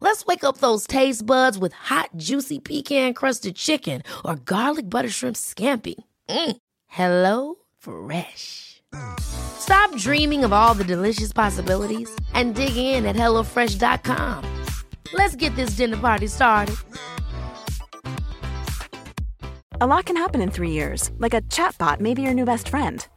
Let's wake up those taste buds with hot, juicy pecan crusted chicken or garlic butter shrimp scampi. Mm. Hello Fresh. Stop dreaming of all the delicious possibilities and dig in at HelloFresh.com. Let's get this dinner party started. A lot can happen in three years, like a chatbot may be your new best friend.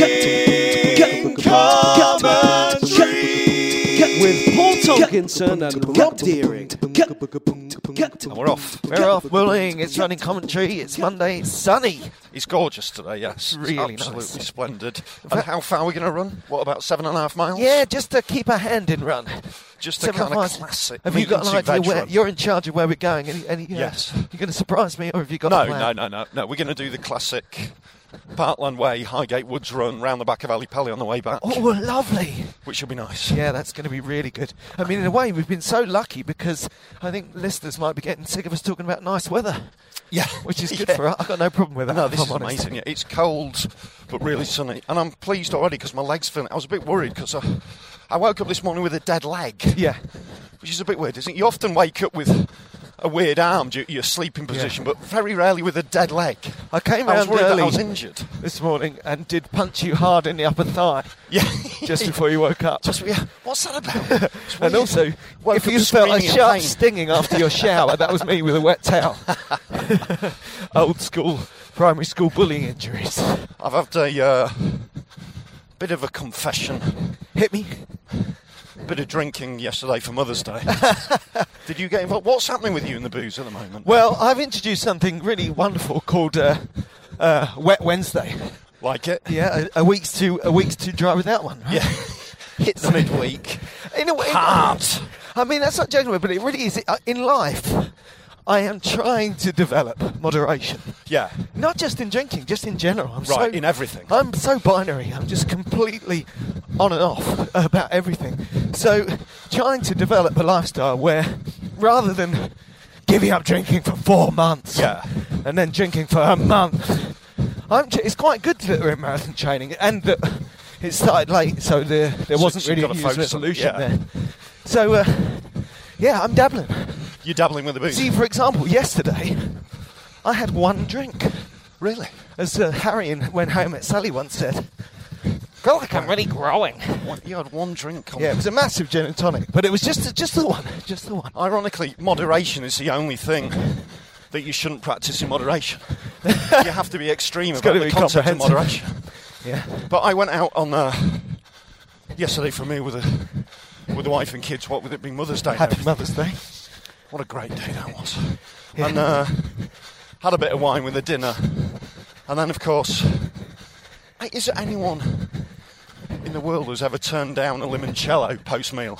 Running commentary. with Paul Tolkinson and Rob Deering. And we're off. We're off bullying. It's running commentary. It's Monday. It's sunny. It's gorgeous today, yes. It's Really absolutely nice. splendid. And how far are we going to run? What, about seven and a half miles? Yeah, just to keep a hand in run. Just a Seven kind of miles. classic Have you got an Lincoln idea veg where run. you're in charge of where we're going? Any, any, you know, Yes. You're going to surprise me, or have you got? No, a plan? no, no, no, no. We're going to do the classic Parkland Way, Highgate Woods Run, round the back of Alley Pally on the way back, Oh, well, lovely. which will be nice. Yeah, that's going to be really good. I mean, in a way, we've been so lucky because I think listeners might be getting sick of us talking about nice weather, Yeah. which is good Yeah. for us. I've got no problem with that. No, if this is I'm honest. amazing. Yeah, It's cold, but really sunny, and I'm pleased already because my legs feeling. I was a bit worried because I, I woke up this morning with a dead leg, Yeah. which is a bit weird, isn't it? You often wake up with a weird arm due to your sleeping position, but very rarely with a dead leg. I came I was around worried that early I was injured. this morning and did punch you hard in the upper thigh Yeah, just before you woke up. Just- yeah. What's that about? It's And weird. also, Woke if up you felt a screaming in sharp pain. stinging after your shower, that was me with a wet towel. Old school primary school bullying injuries. I've had a uh, bit of a confession, Hit me. bit of drinking yesterday for Mother's Day. Did you get involved? What's happening with you and the booze at the moment? Well, I've introduced something really wonderful called uh, uh, Wet Wednesday. like it? Yeah, a, a week's too a week's too dry without one. Right? Yeah. Hits the midweek. in a way, Hard. I mean, that's not genuine, but it really is. Uh, In life, I am trying to develop moderation. Yeah. Not just in drinking, just in general. I'm Right, so- in everything. I'm so binary. I'm just completely on and off about everything. So, trying to develop a lifestyle where, rather than giving up drinking for four months, Yeah. and then drinking for a month, I'm. It's quite good that we're in marathon training, and that it started late, so there there So wasn't you've really a gotta New Year's focus on- resolution yeah. there. So, uh, yeah, I'm dabbling. You're dabbling with the booze. See, for example, yesterday I had one drink. really? As uh, Harry and when Home at Sally once said, feel like I'm really growing. One- you had one drink on. Yeah, it was a massive gin and tonic, but it was just just the one, just the one. Ironically, moderation is the only thing that you shouldn't practice in moderation. you have to be extreme It's about gotta the be concept of comprehensive. moderation. Yeah, But I went out on uh, yesterday for me with a with the wife and kids. What with it being Mother's Day? and happy everything. Mother's Day. What a great day that was. And uh, had a bit of wine with the dinner. And then, of course, hey, is there anyone in the world who's ever turned down a limoncello post meal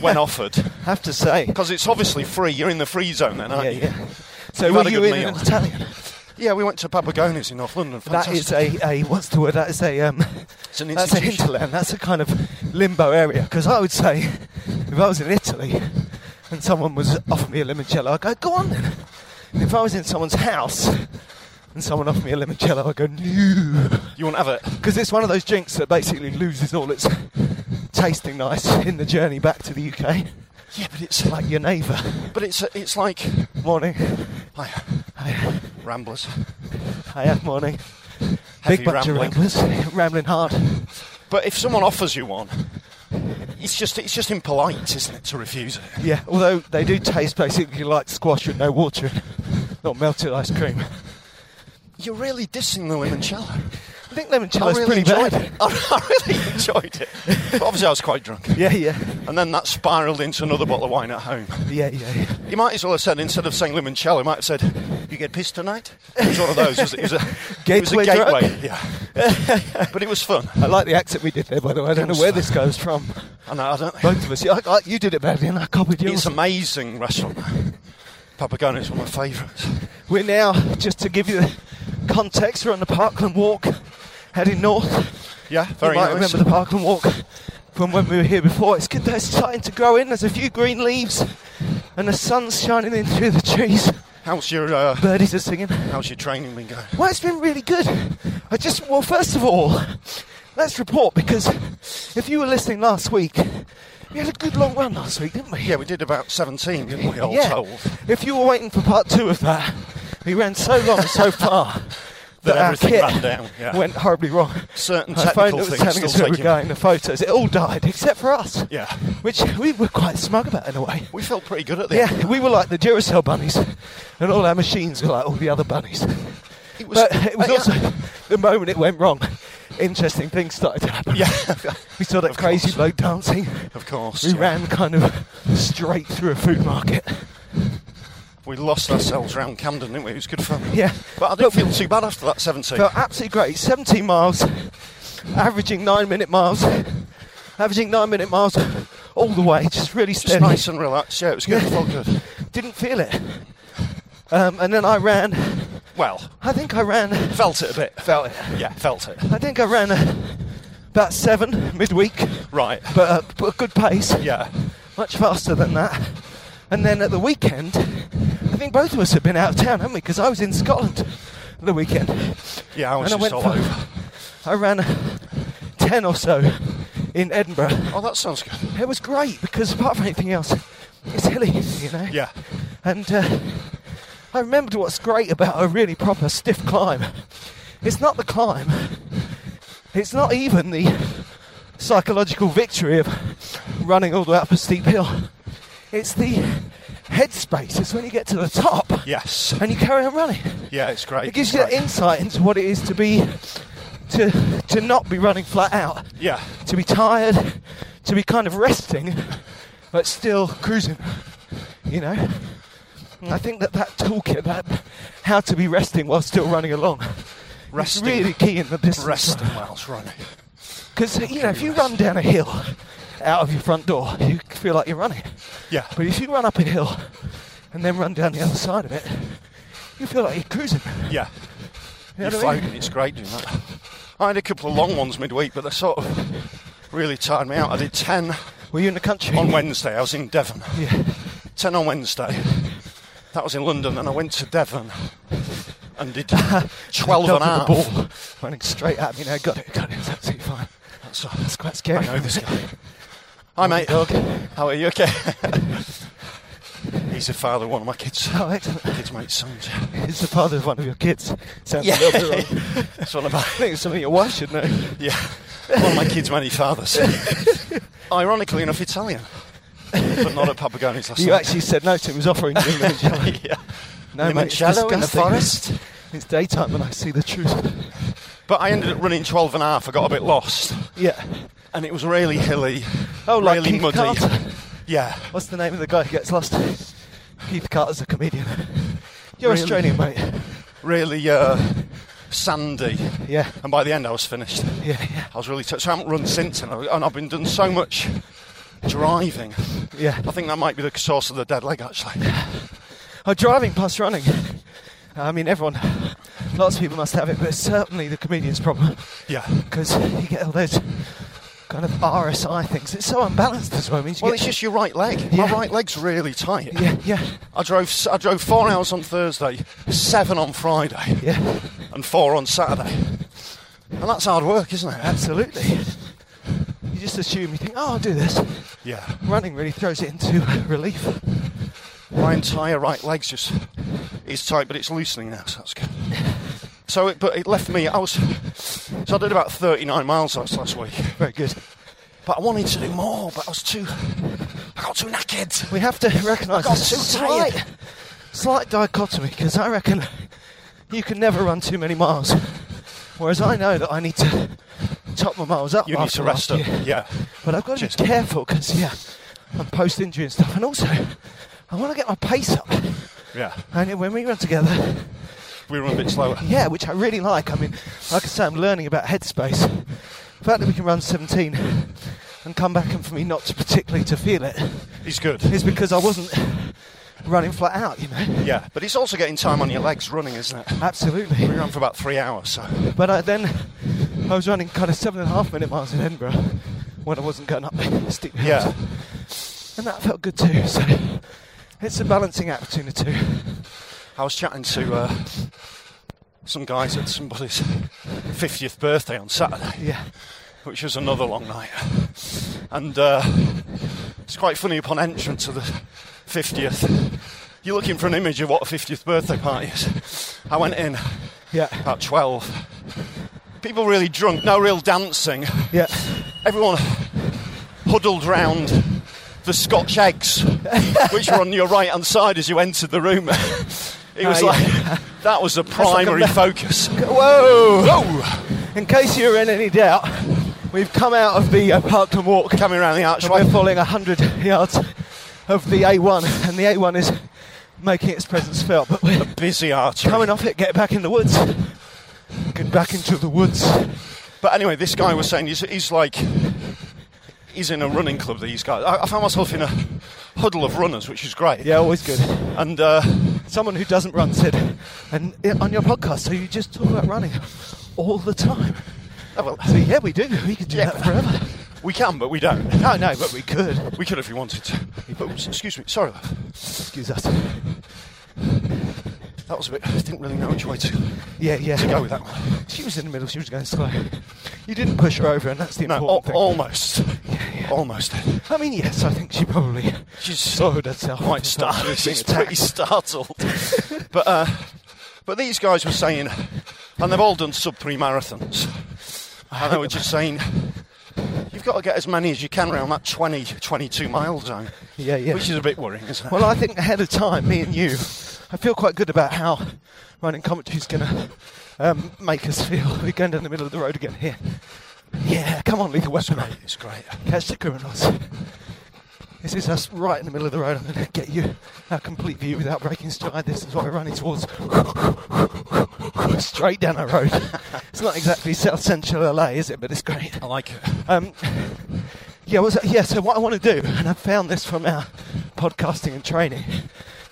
when offered? Have to say. Because it's obviously free. You're in the free zone then, aren't Yeah, you? yeah. So You've had were a you good in meal. an Italian? Yeah, we went to Papagonis in North London. That Fantastic. is a, a what's the word? That is a um. It's an that's a institution. hinterland. That's a kind of limbo area. Because I would say, if I was in Italy and someone was offering me a limoncello, I'd go, go on then. If I was in someone's house and someone offered me a limoncello, I'd go, no. You won't have it. Because it's one of those drinks that basically loses all its tasting nice in the journey back to the UK. Yeah, but It's like your neighbour. but it's it's like Morning. hi, Hi, ramblers. hiya, morning. Heavy Big bunch rambling. of ramblers, rambling hard. But if someone offers you one, it's just it's just impolite, isn't it, to refuse it? Yeah, although they do taste basically like squash with no water in, it, not melted ice cream. You're really dissing the limoncello. think limoncello I is really Oh, pretty enjoyed bad. it. I really enjoyed it. But obviously, I was quite drunk. Yeah, yeah, And then that spiralled into another bottle of wine at home. yeah, yeah. yeah. He might as well have said, instead of saying limoncello, he might have said, You get pissed tonight? It was one of those. It was, it was a, it was a Gateway drug? gateway. Yeah. but it was fun. I like the accent we did there, by the way. I don't know where this goes from. And I don't, Both of us. Yeah, I, I, you did it badly, and I copied yours. it's an amazing restaurant. Papagona is one of my favourites. We're now, just to give you the context, we're on the Parkland Walk, heading north. Yeah, very you might nice. remember the Parkland Walk from when we were here before. It's good that it's starting to grow in. There's a few green leaves, and the sun's shining in through the trees. How's your uh, Birdies are singing. How's your training been going? Well, it's been really good. I just, well, first of all, let's report because if you were listening last week, we had a good long run last week, didn't we? Yeah, we did about 17, didn't we, all told? If you were waiting for part two of that, we ran so long and so far that, That our everything kit ran down, yeah. went horribly wrong. Certain Our phone that technical was things telling still us where we were taking- going, the photos, it all died except for us. Yeah. Which we were quite smug about in a way. We felt pretty good at the Yeah, end. we were like the Duracell bunnies, and all our machines were like all the other bunnies. It was, uh, But it was yeah. also the moment it went wrong, interesting things started to happen. Yeah, We saw that Of crazy course. bloke dancing. of course. We yeah. ran kind of straight through a food market. We lost ourselves round Camden, didn't we? It was good fun. Yeah. But I didn't feel too bad after that 17. Felt absolutely great. 17 miles, averaging nine minute miles, averaging nine minute miles all the way, just really Just steady. nice and relaxed. Yeah, it was good. Yeah. It felt good. Didn't feel it. Um, and then I ran, Well, I think I ran, felt it a bit. felt it. Yeah, felt it. I think I ran uh, about seven midweek, Right. but uh, but a good pace. Yeah. much faster than that. And then at the weekend, I think both of us have been out of town, haven't we? Because I was in Scotland at the weekend. Yeah, I was And I went just all for- over. I ran 10 or so in Edinburgh. Oh, that sounds good. It was great because apart from anything else, it's hilly, you know? Yeah. And uh, I remembered what's great about a really proper stiff climb. It's not the climb. It's not even the psychological victory of running all the way up a steep hill. It's the headspace. It's when you get to the top Yes. and you carry on running. Yeah, it's great. It gives It's you that great. insight into what it is to be to to not be running flat out, Yeah. to be tired, to be kind of resting, but still cruising. You know, And I think that that toolkit, that how to be resting while still running along, Resting. is really key in the distance. Resting whilst running. Because you know, if you run down a hill out of your front door, you feel like you're running. Yeah. But if you run up a hill and then run down the other side of it, you feel like you're cruising. Yeah. You You're know what I mean? floating. It's great doing that. I had a couple of long ones midweek, but they sort of really tired me out. I did 10 Were you in the country? on Wednesday. I was in Devon. Yeah. 10 on Wednesday. That was in London, and I went to Devon and did 12 and a half. Dumped with The ball running straight at me. Now got it. Got it. It's absolutely fine. That's, That's quite scary. I know this guy. Hi, mate. Dog. How are you? Okay. He's the father of one of my kids. Oh, excellent. Kids, mate's sons. It's the father of one of your kids. Sounds Yeah. a little bit wrong. It's one of my. I think it's something your wife should know. Yeah. One of my kids' many fathers. Ironically enough, Italian. But not at Papagoni's last You night. actually said no to him. He was offering you limoncello. yeah. No, mate, it's Limoncello in the disgusting. forest. It's daytime when I see the truth. But I ended up running 12 and a half. I got a bit lost. Yeah. And it was really hilly. Oh, like really Keith muddy. Carter. Yeah. What's the name of the guy who gets lost? Keith Carter's a comedian. You're Really? Australian, mate. Really uh, sandy. Yeah. And by the end, I was finished. Yeah, yeah, I was really touched. I haven't run since, and, I, and I've been doing so much driving. yeah. I think that might be the source of the dead leg, actually. Oh, driving plus running. I mean, everyone, lots of people must have it, but it's certainly the comedian's problem Yeah. because you get all those kind of RSI things. It's so unbalanced as well. It means you Well, it's get- just your right leg. My Yeah. right leg's really tight. yeah, yeah, I drove. s- I drove four hours on Thursday, seven on Friday, yeah, and four on Saturday. And that's hard work, isn't it? absolutely. You just assume you think, oh, I'll do this. Yeah. Running really throws it into relief. My entire right leg's just it's tight, but it's loosening now, so that's good. So, it, but it left me. I was. So I did about 39 miles last last week, Very good. but I wanted to do more, but I was too. I got too knackered. We have to recognise the got so slight, tired. slight dichotomy because I reckon you can never run too many miles Whereas I know that I need to top my miles up. You need after to rest up. last year. Yeah. But I've got to Cheers. be careful because, yeah, I'm post injury and stuff. And also, I want to get my pace up. Yeah. And when we run together, We run a bit slower. yeah, which I really like. I mean, like I say, I'm learning about headspace. The fact that we can run 17 and come back and for me not to particularly to feel it He's good. is because I wasn't running flat out, you know. Yeah. But it's also getting time on your legs running, isn't it? We Absolutely. ran for about three hours, so But I, then I was running kind of seven and a half minute miles in Edinburgh when I wasn't going up steep hills. yeah. And that felt good too. So it's a balancing act between the two. I was chatting to uh, some guys at somebody's 50th birthday on Saturday, Yeah. which was another long night. And uh, it's quite funny upon entrance to the 50th, you're looking for an image of what a 50th birthday party is. I went in Yeah. about 12. People really drunk, no real dancing. Yeah. Everyone huddled round the Scotch eggs, which were on your right hand side as you entered the room. It was Uh, yeah. like that was the like a primary ma- focus. Oh! Whoa! Whoa! In case you're in any doubt, we've come out of the uh, park and walk and Coming around the archway. we're following 100 yards of the A1, and the A1 is making its presence felt. But we're Busy archway. coming off it, get back in the woods. Get back into the woods. But anyway, this guy was saying he's, he's like he's in a running club. These guys. I, I found myself in a huddle of runners, which is great. Yeah, always good. And uh, Someone who doesn't run, Sid, and i- on your podcast, so you just talk about running all the time. oh, well, So yeah, we do. We could do Yeah. that forever. we can, but we don't. No, no, but we could. We could if we wanted to. But, s- excuse me. Sorry, love. Excuse us. that was a bit. I didn't really know which way to Yeah, yeah. to go with that one. She was in the middle. She was going slow. You didn't push her over, and that's the No, oh, important al- thing. almost. Almost. I mean, yes, I think she probably She's slowed herself. quite startled. She's pretty startled. but, uh, but these guys were saying, and they've all done sub three marathons, and they were just saying, you've got to get as many as you can around that 20, 22 mile zone, Yeah, yeah. which is a bit worrying, isn't it? Well, I think ahead of time, me and you, I feel quite good about how running commentary's going to um, make us feel. We're going down the middle of the road again here. Yeah, come on, lethal weapon. it's great. Catch the criminals. This is us right in the middle of the road. I'm going to get you a complete view without breaking stride. This is what we're running towards. Straight down a road. It's not exactly South Central LA, is it? But it's great. I like it. Um, yeah, was yeah. So what I want to do, and I found this from our podcasting and training,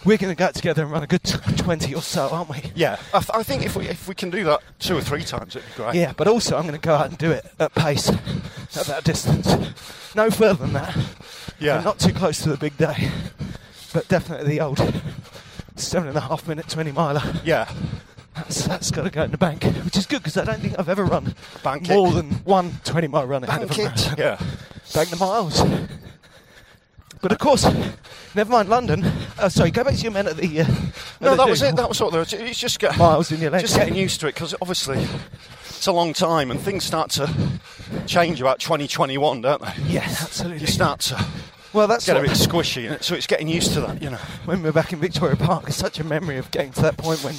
we're going to go out together and run a good t- twenty or so, aren't we? Yeah, I, th- I think if we, if we can do that two or three times, it'd be great. Yeah, but also I'm going to go out and do it at pace, at that distance, no further than that. Yeah. And not too close to the big day, but definitely the old seven and a half minute twenty miler. yeah. That's, that's got to go in the bank, which is good because I don't think I've ever run Bank it. more than one 20 mile run ahead of Bank a marathon. it. Yeah. Bank the miles. But of course, never mind London. Uh, sorry, go back to your men at the. Uh, at No, the that do. was it. That was what there was. It's just get, Miles in your legs. Just getting used to it because obviously it's a long time and things start to change about 2021, don't they? Yeah, You absolutely. start to Well, that's get a what- bit squishy, in it, so it's getting used to that, you know. when we were back in Victoria Park. It's such a memory of getting to that point when,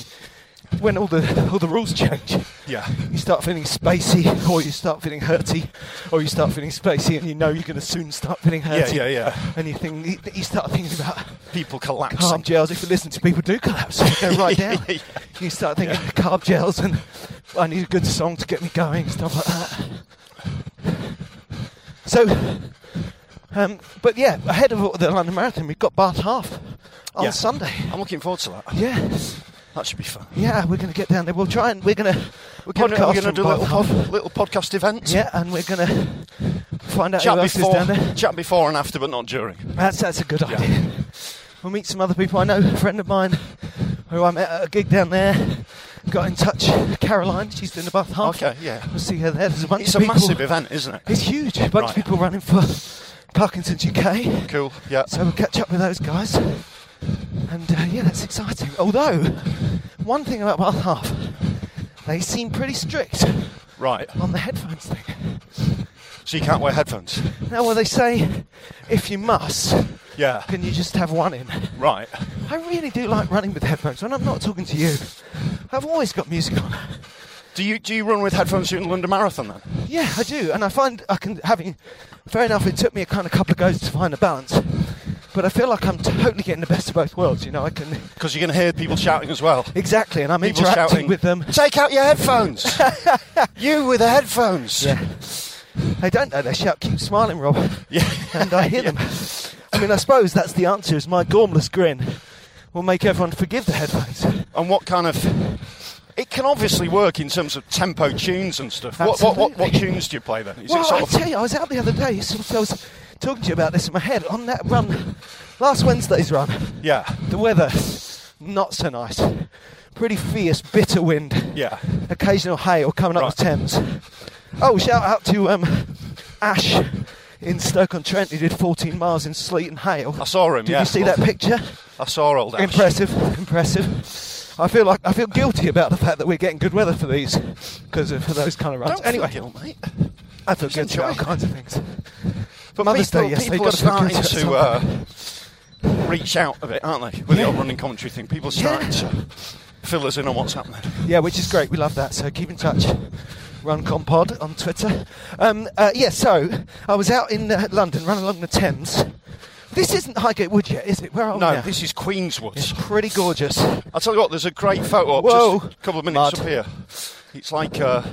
when all the all the rules change. Yeah, You start feeling spacey, or you start feeling hurty, or you start feeling spacey, and you know you're going to soon start feeling yeah, hurty. yeah, yeah. And you think you- you start thinking about People collapsing. carb gels. If you listen to people do collapse, they go right down. Yeah. You start thinking carb gels and I need a good song to get me going, stuff like that. So, um, but yeah, ahead of the London Marathon, we've got Bath Half on Yeah. Sunday. I'm looking forward to that. Yeah, That should be fun. yeah, we're going to get down there. We'll try and we're going to We're going podcast to from do Bath little, Half. pod, little podcast events. Yeah, and we're going to find out Chat who else is down before, there. chat before and after, but not during. That's that's a good Yeah. idea. We'll meet some other people. I know a friend of mine who I met at a gig down there got in touch. Caroline, she's doing the Bath half. Okay, yeah. We'll see her there. There's a bunch It's a of people. massive event, isn't it? It's huge. A bunch of Right. people running for Parkinson's UK. Cool. Yeah. So we'll catch up with those guys. And uh, yeah, that's exciting. Although, one thing about Bath half, they seem pretty strict Right. on the headphones thing. So you can't wear headphones. Now, well, they say if you must, Yeah. can you just have one in? Right. I really do like running with headphones. When I'm not talking to you, I've always got music on. Do you do you run with headphones during the London Marathon then? Yeah, I do, and I find I can having. Fair enough, it took me a kind of couple of goes to find a balance, but I feel like I'm totally getting the best of both worlds. You know, I can Because you're going to hear people shouting as well. exactly, and I'm People interacting shouting with them. Take out your headphones. you with the headphones. Yeah, I don't know. They shout, "Keep smiling, Rob," Yeah. and I hear them. I mean, I suppose that's the answer. Is my gormless grin will make everyone forgive the headphones. And what kind of? It can obviously work in terms of tempo tunes and stuff. What, what, what, what Absolutely. tunes do you play then? Is well, it sort I of tell you, I was out the other day. Sort of, I was talking to you about this in my head on that run, last Wednesday's run. yeah, The weather, not so nice. Pretty fierce, bitter wind. yeah. Occasional hail coming up Right. the Thames. Oh, shout out to um, Ash in Stoke-on-Trent. He did 14 miles in sleet and hail. I saw him. Did yeah. you see that picture? I saw old. Ash. Impressive, impressive. I feel like I feel guilty about the fact that we're getting good weather for these because of for those kind of runs. Don't anyway, anyway, mate. I feel Just guilty about all enjoy. kinds of things. But Mother's people, Day yesterday, people are you've got to look starting into to uh, reach out of it, aren't they? With the Yeah. old running commentary thing, people are starting to fill us in on what's happening. Yeah, which is great. We love that. So keep in touch. Run Compod on Twitter. Um, uh, yeah, so I was out in uh, London, run along the Thames. This isn't Highgate Wood yet, is it? Where are we No, now? this is Queenswood. pretty gorgeous. I'll tell you what, there's a great photo up Whoa. just a couple of minutes Mud. up here. It's like uh,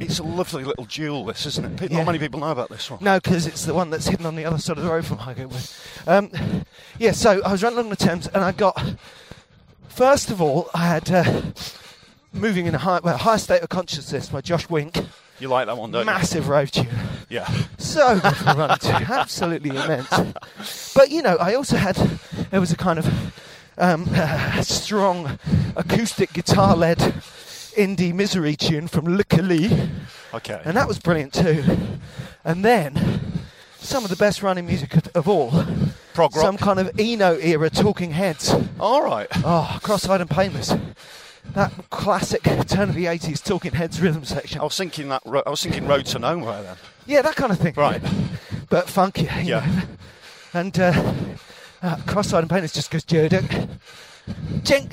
it's a lovely little jewel, this, isn't it? Pe- Yeah. Not many people know about this one. No, because it's the one that's hidden on the other side of the road from Highgate Wood. Um, yeah, so I was running along the Thames and I got, first of all, I had uh, Moving in a high, well, high State of Consciousness by Josh Wink. You like that one, don't Massive road tune. you? Yeah. so good for a run too. absolutely immense. But you know, I also had there was a kind of um, strong acoustic guitar-led indie misery tune from Luckily, Okay. and that was brilliant too. And then some of the best running music of, of all, Prog rock. some kind of Eno era Talking Heads. All right. Oh, Cross-eyed and Painless. That classic turn of the 80s Talking Heads rhythm section. I was thinking that. Ro- I was thinking Road to Nowhere then. Yeah, that kind of thing. Right. But funkier. you Yeah. know. And uh, uh, cross-eyed and painless just goes jerduk, jink,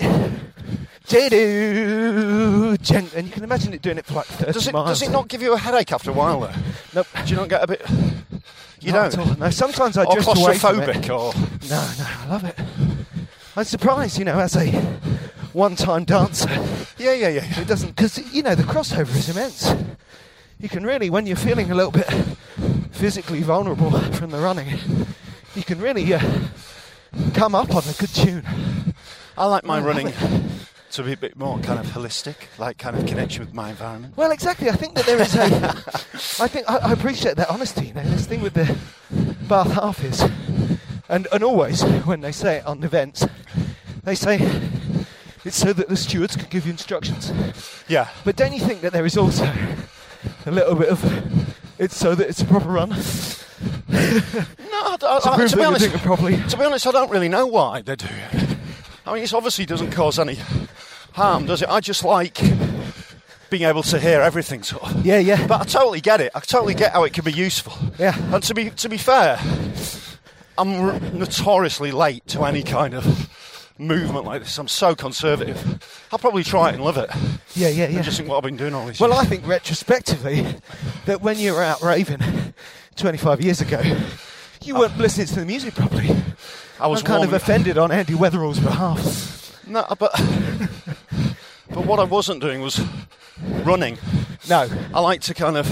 jedu, jink, and you can imagine it doing it for like 30 Does it? miles. Does it not give you a headache after a while though? Nope. Do you not get a bit? You Not at all. don't. No, sometimes I Or drift away from it. claustrophobic, or No, no, I love it. I'm surprised, you know, as a one-time dancer, yeah, yeah, yeah. it doesn't because you know the crossover is immense. You can really, when you're feeling a little bit physically vulnerable from the running, you can really uh, come up on a good tune. I like my I love running it. to be a bit more kind of holistic, like kind of connection with my environment. Well, exactly. I think that there is a. I think I, I appreciate that honesty. You know, this thing with the Bath half is, and and always when they say it on events, they say it's so that the stewards can give you instructions. Yeah. But don't you think that there is also a little bit of it's so that it's a proper run? No, I, I, To I- prove that to be you're honest, doing it properly. to be honest, I don't really know why they do it. I mean, it obviously doesn't cause any harm, does it? I just like being able to hear everything, sort of. Yeah, yeah. But I totally get it. I totally get how it can be useful. Yeah. And to be to be fair, I'm r- notoriously late to any kind of movement like this. I'm so conservative. I'll probably try it and love it. yeah, yeah, yeah. I just think what I've been doing all these. Well, years. I think retrospectively that when you were out raving 25 years ago, you weren't listening to the music properly. I was I'm kind of warming- offended on Andy Weatherall's behalf. No, but but what I wasn't doing was running. No, I like to kind of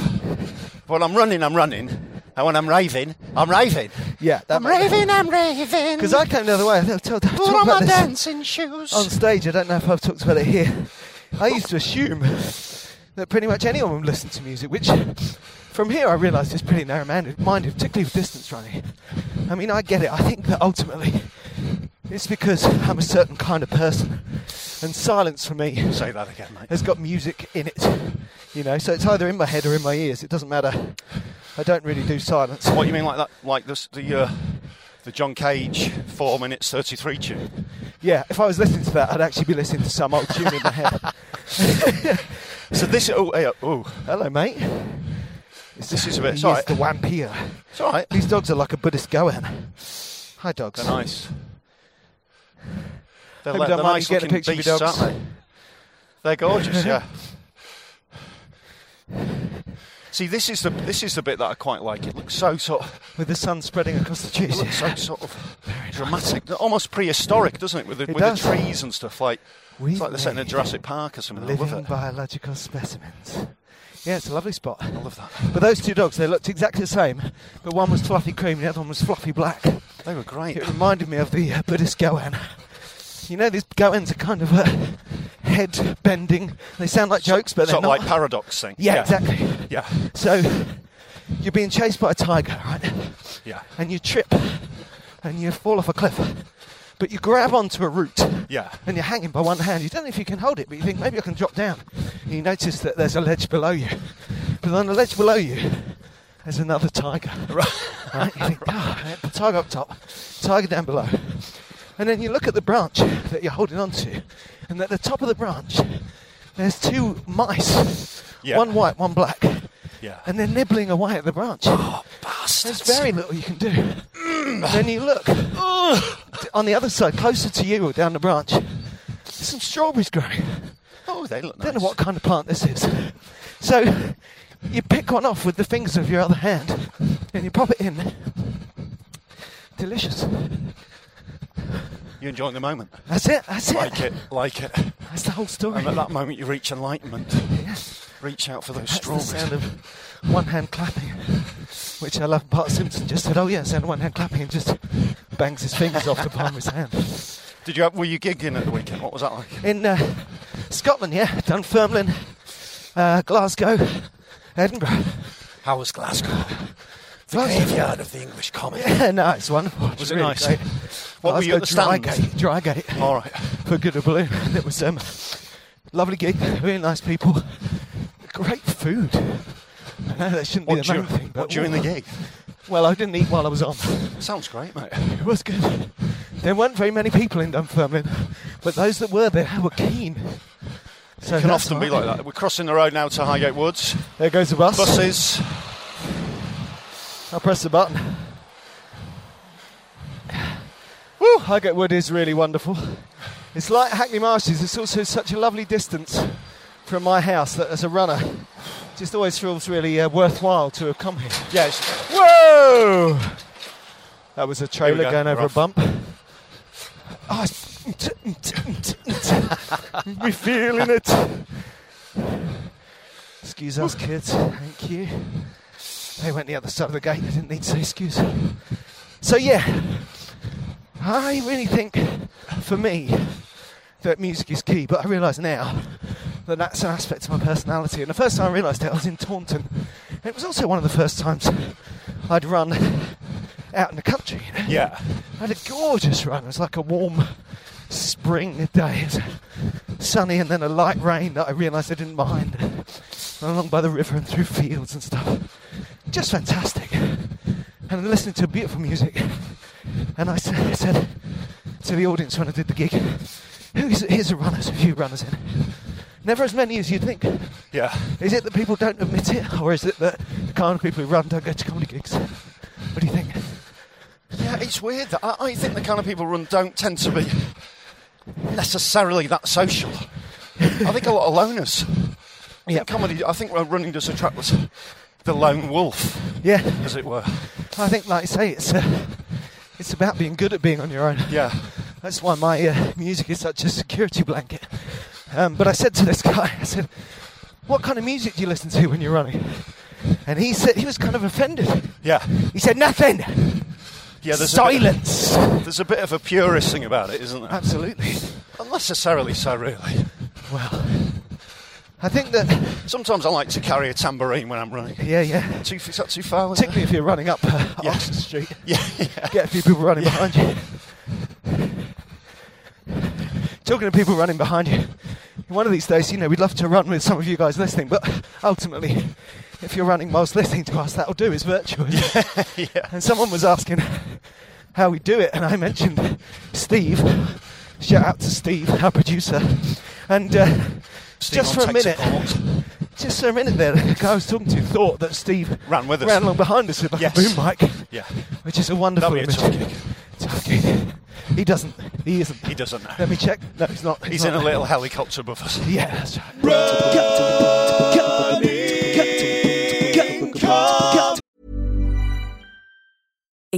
when I'm running, I'm running, and when I'm raving, I'm raving. yeah, that I'm raving, I'm raving. Because I came the other way. I thought- talked, put talked on my about this dancing shoes. on stage. I don't know if I've talked about it here. I used to assume that pretty much anyone would listen to music, which from here I realised is pretty narrow-minded, minded, particularly with distance running. I mean, I get it. I think that ultimately it's because I'm a certain kind of person, and silence for me Say that again, mate. has got music in it. You know, so it's either in my head or in my ears. It doesn't matter. I don't really do silence. What you mean like that? Like this, the uh, the John Cage four minutes thirty three tune. Yeah, if I was listening to that, I'd actually be listening to some old tune in my head. So this oh, hey, oh Hello, mate. It's This is a bit- He sorry. is the vampire. it's all right. These dogs are like a Buddhist goan. Hi, dogs. They're nice. They're, Maybe like, don't they're mind nice me getting a looking picture of your beasts, dogs. aren't they? They're gorgeous, yeah. See, this is the this is the bit that I quite like. It looks so sort of, With the sun spreading across the it trees. looks so sort of dramatic, almost prehistoric, doesn't it? With the, It with the does. trees and stuff, like We it's like they're set in a made Jurassic Park or something. I love Living it. biological specimens. Yeah, it's a lovely spot. I love that. But those two dogs, they looked exactly the same, but one was fluffy cream and the other one was fluffy black. They were great. It reminded me of the uh, Buddhist goan. You know, these goans are kind of uh, head bending. They sound like jokes, but they're sort of not. like paradox thing. yeah, exactly. Yeah, So you're being chased by a tiger, right? yeah, And you trip and you fall off a cliff. But you grab onto a root yeah. and you're hanging by one hand. You don't know if you can hold it, but you think maybe I can drop down. And you notice that there's a ledge below you. But on the ledge below you, there's another tiger. Right. Right? You think, "Ah, tiger up top, tiger down below. And then you look at the branch that you're holding on to, and at the top of the branch, there's two mice. Yeah. One white, one black. Yeah. And they're nibbling away at the branch. Oh, There's bastards. very little you can do. Mm. Then you look t- on the other side, closer to you or down the branch. There's some strawberries growing. Oh, they look nice. Don't know what kind of plant this is. So you pick one off with the fingers of your other hand, and you pop it in. Delicious. You're enjoying the moment. That's it. That's it. Like it, like it. That's the whole story. And at that moment, you reach enlightenment. Reach out for those That's the strawberries. sound of one hand clapping, which I love. Bart Simpson just said, "Oh yeah, sound of one hand clapping," and just bangs his fingers off the palm of his hand. Did you have, were you gigging at the weekend? What was that like? in uh, Scotland, yeah, Dunfermline, uh, Glasgow, Edinburgh. How was Glasgow? Glasgow. of the English comic. Yeah, no, it's wonderful. It's Was it really nice? great. What were you at the Glasgow stand? Dry gate, dry gate All right. for good a balloon. It was um, lovely gig, really nice people, great food. I know that shouldn't What, be the main dur- thing, but what during the gig? Well, I didn't eat while I was on. Sounds great, mate. It was good. There weren't very many people in Dunfermline, but those that were there were keen. So It can that's often be why. like that. We're crossing the road now to Highgate Woods. There goes the bus. Buses. I'll press the button. Woo! Highgate Wood is really wonderful. It's like Hackney Marshes. It's also such a lovely distance from my house that, as a runner, just always feels really uh, worthwhile to have come here. Yes. Whoa! That was a trailer go. going over We're a off. bump. Oh, it's- we feeling it. Excuse us, kids. Thank you. They went the other side of the gate. They didn't need to say excuse. So yeah, I really think, for me, that music is key. But I realise now that that's an aspect of my personality. And the first time I realised it, I was in Taunton. And it was also one of the first times I'd run out in the country. You know? Yeah. I had a gorgeous run. It was like a warm spring day. It was sunny and then a light rain that I realised I didn't mind. And along by the river and through fields and stuff. Just fantastic. And listening to beautiful music. And I s- said to the audience when I did the gig, Who's, here's the runners, a few runners in. Never as many as you'd think. Yeah. Is it that people don't admit it, or is it that the kind of people who run don't go to comedy gigs? What do you think? Yeah, it's weird. That I, I think the kind of people run don't tend to be necessarily that social. I think a lot of loners. I Yep. think comedy. I think running does attract the lone wolf, Yeah. as it were. I think, like I say, it's uh, it's about being good at being on your own. Yeah, That's why my uh, music is such a security blanket. Um, but I said to this guy, I said, "What kind of music do you listen to when you're running?" And he said he was kind of offended. yeah, He said nothing. yeah. There's A bit, Silence. there's a bit of a purist thing about it, isn't there? Absolutely. Not necessarily so, really. Well, I think that Sometimes I like to carry a tambourine when I'm running. yeah, yeah. Too, is that too far? was it? Particularly if you're running up uh, Yeah. Oxford Street, Yeah, yeah. get a few people running behind you. Talking to people running behind you. One of these days, you know, we'd love to run with some of you guys listening, but ultimately, if you're running whilst listening to us, that'll do. It's virtual. isn't it? yeah. And someone was asking how we do it, and I mentioned Steve. Shout out to Steve, our producer. And uh, just Steve for a on takes minute, ball. just for a minute there, the guy I was talking to thought that Steve Ran with us. ran along behind us with like Yes. a boom mic, Yeah, which is a wonderful That'd be a tough image. Tough gig. He doesn't. He isn't. He doesn't. know. Let me check. No, he's not. He's in a little helicopter above us. Yeah, that's right.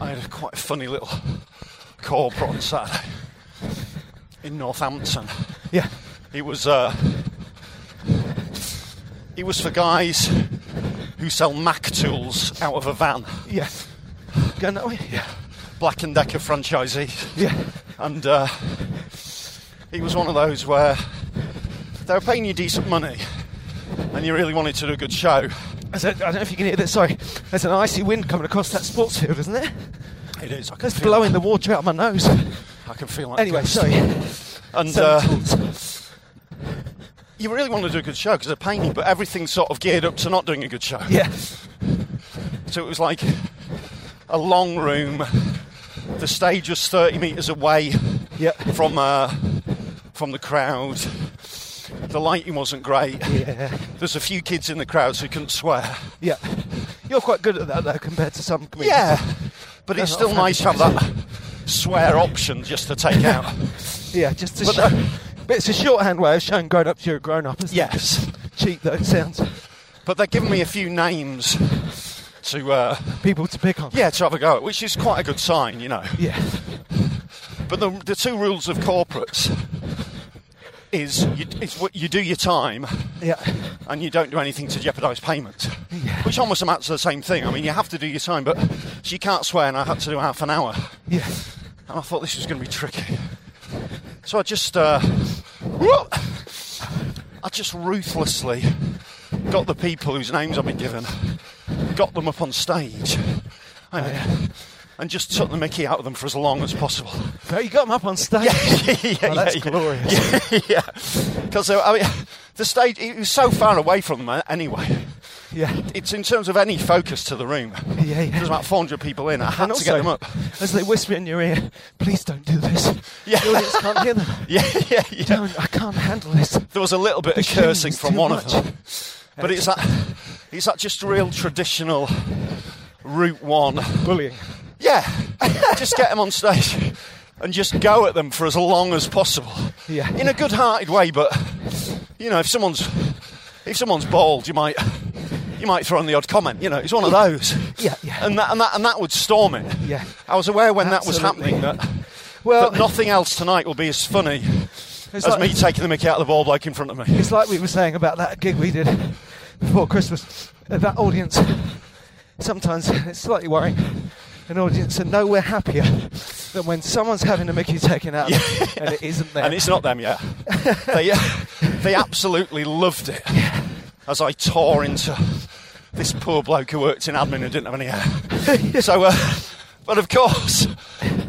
I had a quite funny little corporate on Saturday in Northampton. Yeah. It was, uh, it was for guys who sell Mac tools out of a van. Yeah. Going that way? Yeah. Black and Decker franchisee. Yeah. and uh, he was one of those where they were paying you decent money and you really wanted to do a good show. There's a, I don't know if you can hear this. Sorry. There's an icy wind coming across that sports field, isn't there? It is. I can It's feel blowing it. the water out of my nose. I can feel it. Anyway, sorry. And So, uh, you really want to do a good show because they're paying you, but everything's sort of geared up to not doing a good show. yeah. So it was like a long room. The stage was 30 metres away Yeah. from uh, from the crowd. The lighting wasn't great. Yeah. There's a few kids in the crowd so who couldn't swear. Yeah. You're quite good at that, though, compared to some comedians. Yeah, but it's No, still no, nice to have that swear option just to take out. Yeah, just to But show. the- But it's a shorthand way of showing grown ups you're a grown up, isn't it? yes, Cheap though, it sounds. but they're giving me a few names to uh, People to pick on. yeah to have a go at, which is quite a good sign, you know. Yeah. But the, the two rules of corporates is you, it's what you do your time Yeah. and you don't do anything to jeopardise payment, which almost amounts to the same thing. I mean, you have to do your time, but she can't swear, and I had to do half an hour. Yeah. and I thought this was going to be tricky. So I just, uh, whoop, I just ruthlessly got the people whose names I've been given, got them up on stage, and, and just took the Mickey out of them for as long as possible. So you got them up on stage. yeah, Oh, that's yeah, glorious. yeah, yeah, because I mean, the stage it was so far away from them uh, anyway. Yeah. It's in terms of any focus to the room. Yeah, yeah. There's about 400 people in. I had And to get them also, up. As they whisper in your ear, please don't do this. Yeah. The audience can't hear them. Yeah, yeah, yeah. Don't, I can't handle this. There was a little bit The of cursing shame from is one too of them, but it's that, it's that just real traditional route one. Bullying. Yeah, just get them on stage and just go at them for as long as possible. Yeah. in a good-hearted way, but you know, if someone's if someone's bald, you might you might throw in the odd comment. You know, it's one of those. Yeah, yeah. And that, and that, and that would storm it. Yeah. I was aware when Absolutely. that was happening that, Well, that nothing else tonight will be as funny as like- me taking the mickey out of the ball bloke in front of me. It's like we were saying about that gig we did before Christmas. Uh, That audience, sometimes it's slightly worrying. An audience are nowhere happier than when someone's having a Mickey taken out and it isn't there. And it's not them yet. they, they absolutely loved it as I tore into this poor bloke who worked in admin who didn't have any hair. so, uh, but of course,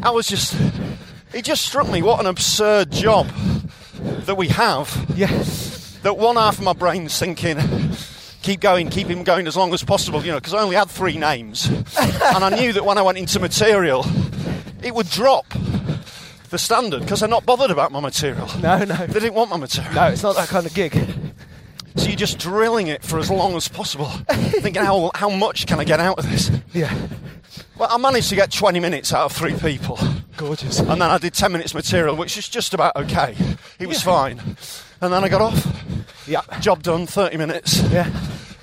I was just, it just struck me what an absurd job that we have. yeah, That one half of my brain's thinking, keep going, keep him going as long as possible, you know, because I only had three names. and I knew that when I went into material, it would drop the standard because I'm not bothered about my material. no, no, They didn't want my material. no. It's not that kind of gig. So you're just drilling it for as long as possible, thinking, how, how much can I get out of this? Yeah, Well, I managed to get 20 minutes out of three people. gorgeous. And then I did 10 minutes material, which is just about okay. It was fine. And then I got off. Yeah, Job done, 30 minutes. yeah.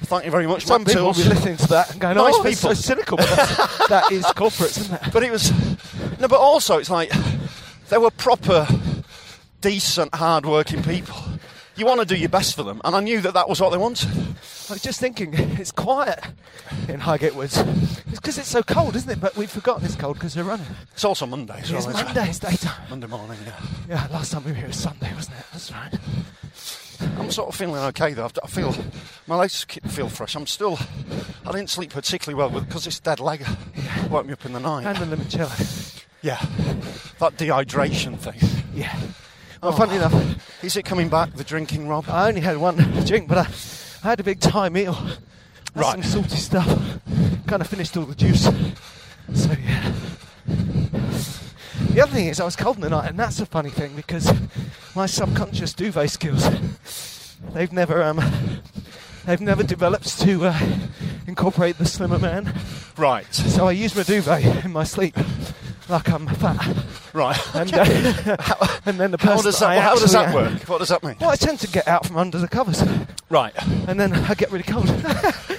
Thank you very much, Some Mum people will be Tools. listening to that and going, Nice "Oh, it's so people." cynical." But that's, that is corporates, isn't it? But it was. No, but also, it's like they were proper, decent, hard working people. You want to do your best for them. And I knew that that was what they wanted. I was just thinking, it's quiet in Highgate Woods. It's because it's so cold, isn't it? But we've forgotten it's cold because we're running. It's also Monday. so It's it's- Monday, it's daytime. Monday morning, yeah. Yeah, last time we were here was Sunday, wasn't it? That's right. I'm sort of feeling okay though. I've- I feel my legs ki- feel fresh. I'm still. I didn't sleep particularly well because this dead leg woke me up in the night. And the limoncello. Yeah, that dehydration thing. Yeah. Well, funny enough, Is it coming back? The drinking, Rob? I only had one drink, but I, I had a big Thai meal. Had Right. Some salty stuff. Kind of finished all the juice. So, yeah. The other thing is, I was cold in the night, and that's a funny thing because my subconscious duvet skills, they've never, um, they've never developed to uh, incorporate the slimmer man. Right, So I use my duvet in my sleep, like I'm fat. right. And, uh, and then the person How does that? I how does actually uh, that am- work? What does that mean? Well, I tend to get out from under the covers, and Right, then I get really cold. and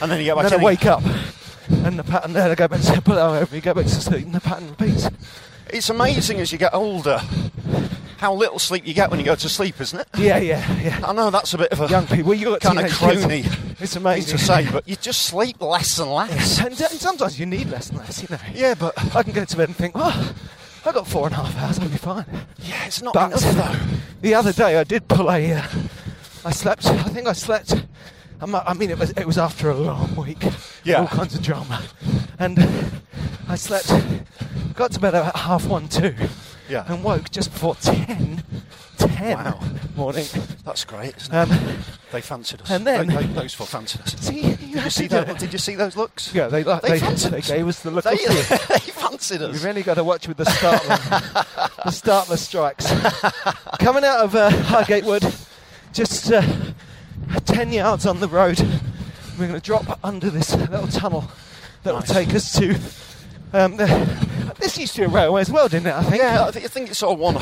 and then you get back. then I in. wake up, and the pattern there, I go back to the pillow over me, go back to sleep, and the pattern repeats. It's amazing as you get older how little sleep you get when you go to sleep, isn't it? Yeah, yeah, yeah. I know that's a bit of a Young people, you got kind of teenage kids. crony It's thing amazing to say, but you just sleep less and less. And, uh, and sometimes you need less and less, you know. Yeah, but I can go to bed and think, oh, I got four and a half hours, I'll be fine. yeah, it's not But enough though. the other day I did pull a. Uh, I slept. I think I slept. I mu- I mean, it was it was after a long week. Yeah. All kinds of drama, and I slept. Got to bed about half one two, Yeah. and woke just before ten. Ten. Wow. Morning. That's great. Isn't it? Um, They fancied us. and then- They- they- those four fancied us. see, you Did you see that? those? Did you see those looks? Yeah, they like They they, fancied they us. gave us the look. They, of fear. they fancied us. We've really got to watch with the startler, the startler strikes. Coming out of uh, Highgate Wood, just uh, 10 yards on the road, we're going to drop under this little tunnel that will Nice. take us to. Um, the, this used to be a railway as well, didn't it? I think. Yeah, I, thi- I think it's all one.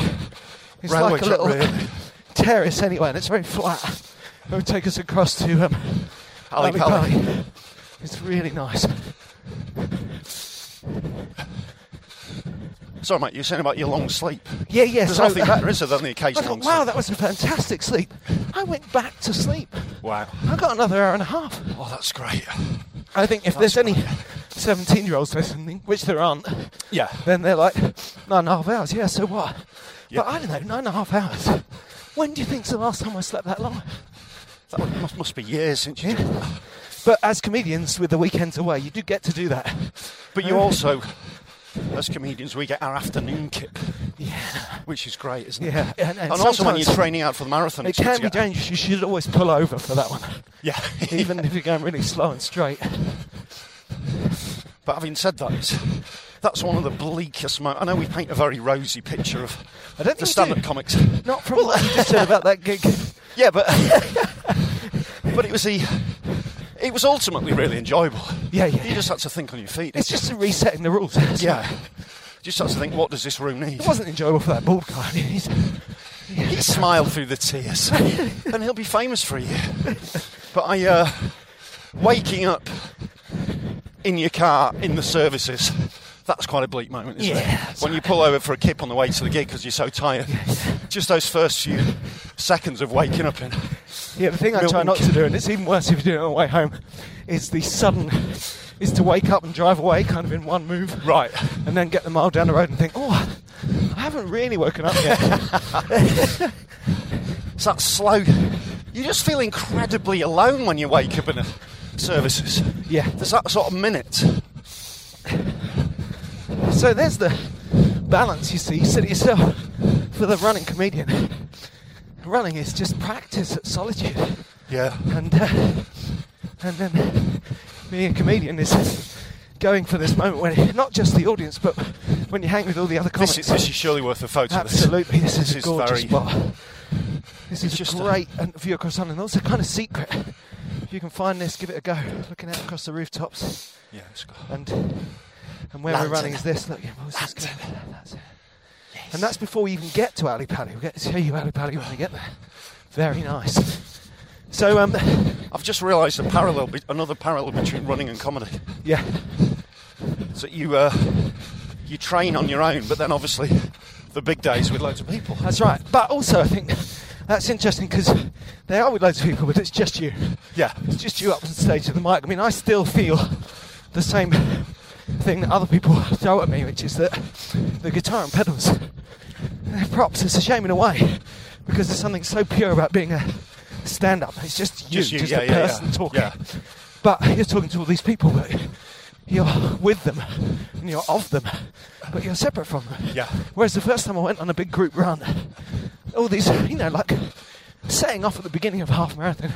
it's railway like a track, little really. terrace anyway, and it's very flat. It will take us across to um, Ali Ali Pali. Pali. It's really nice. Sorry, mate, you were saying about your long sleep. Yeah, yeah. There's so, nothing uh, better, is there, than the I occasional thought, long wow, sleep? that was a fantastic sleep. I went back to sleep. Wow. I got another hour and a half. Oh, that's great. I think if there's any 17 year olds listening, which there aren't, Yeah. then they're like, nine and a half hours, yeah, so what? Yeah. But I don't know, nine and a half hours. When do you think's the last time I slept that long? That was- must, must be years since you Yeah. did that. But as comedians with the weekends away, you do get to do that. But Uh, you also, as comedians, we get our afternoon kip, Yeah. which is great, isn't it? Yeah. And, And also when sometimes you're training out for the marathon. It it's good can to be get- dangerous. You should always pull over for that one, Yeah. even if you're going really slow and straight. But having said that, it's- that's one of the bleakest moments. I know we paint a very rosy picture of I don't think the you stand-up do. comics. Not from what you just said about that gig. Yeah, but but it was the it was ultimately really enjoyable. Yeah, yeah, You yeah. just had to think on your feet. It's didn't just a resetting the rules. you? yeah. Just had to think, what does this room need? It wasn't enjoyable for that bald guy. He's- He smiled through the tears, and he'll be famous for a year. But I, uh, waking up in your car in the services. That's quite a bleak moment, isn't Yeah, it? that's When you pull over for a kip on the way to the gig because you're so tired. Just those first few seconds of waking up in. Yeah, the thing I try Milton not to Keynes. do, and it's even worse if you do it on the way home, is the sudden, is to wake up and drive away kind of in one move. Right. And then get the mile down the road and think, oh, I haven't really woken up yet. It's that slow. You just feel incredibly alone when you wake up in the services. yeah. There's that sort of minute. So there's the balance, you see. You said it yourself for the running comedian. Running is just practice at solitude. Yeah. and uh, and then being a comedian is going for this moment when not just the audience, but when you hang with all the other comics. This is, this is surely worth a photo. this. Absolutely, this, is a gorgeous very- spot. This is it's just just a- great and view across London, and also kind of secret. If you can find this, give it a go. Looking out across the rooftops Yeah, it's good. and and where Lantern. we're running is this. Look, yeah, Moses going that's it. And that's before we even get to Ali Pali. We'll get to show you Ali Pali when we get there. Very nice. So um, I've just realised a parallel, be- another parallel between running and comedy. yeah, It's that you uh, you train on your own, but then obviously the big days with loads of people. That's right. But also, I think that's interesting because they are with loads of people, but it's just you. Yeah. It's just you up on stage with the mic. I mean, I still feel the same thing that other people throw at me, which is that the guitar and pedals, they're props. It's a shame in a way because there's something so pure about being a stand up. It's just you, Just just, you, a yeah, yeah, yeah. person talking. Yeah. But you're talking to all these people, but you're with them and you're of them, but you're separate from them. Yeah. Whereas the first time I went on a big group run, all these, you know, like setting off at the beginning of half marathon,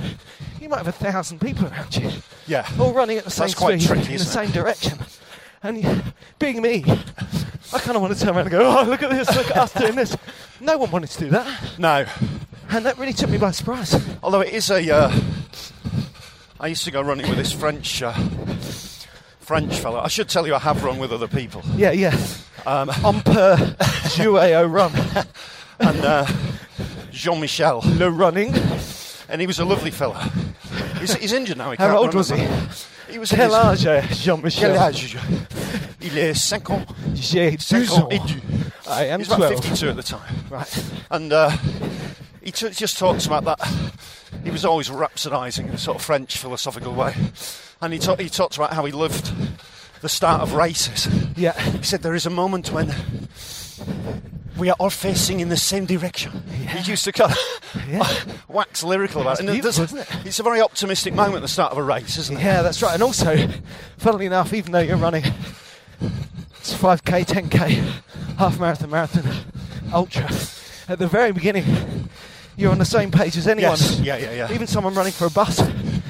you might have a thousand people around you, Yeah. all running at the same That's quite speed tricky, in the isn't it? same direction. And you- being me, I kind of want to turn around and go, oh, look at this, look at us doing this. No one wanted to do that. No, And that really took me by surprise. although it is a. Uh, I used to go running with this French uh, French fellow. I should tell you, I have run with other people. Yeah, yeah. Um, On per Jueo run. and uh, Jean Michel, Le running. and he was a lovely fellow. He's, he's injured now. He How can't old run was at he? the- He was in Quel his- âge Jean Michel? Quel âge? Il est 5 ans. J'ai 5 12 ans ans. et du. I am He was about 12. 52 at the time. Right. And uh, he t- just talks about that. He was always rhapsodising in a sort of French philosophical way. And he, ta- he talked about how he loved the start of races. Yeah. He said, There is a moment when we are all facing in the same direction. He used to kind of Yeah. wax lyrical about That's it. And it beautiful, does- isn't It's a very optimistic moment at the start of a race, isn't it? Yeah, that's right. And also, funnily enough, even though you're running it's 5k, 10k, half marathon, marathon, ultra, at the very beginning, you're on the same page as anyone. Yes. Yeah, yeah, yeah. Even someone running for a bus,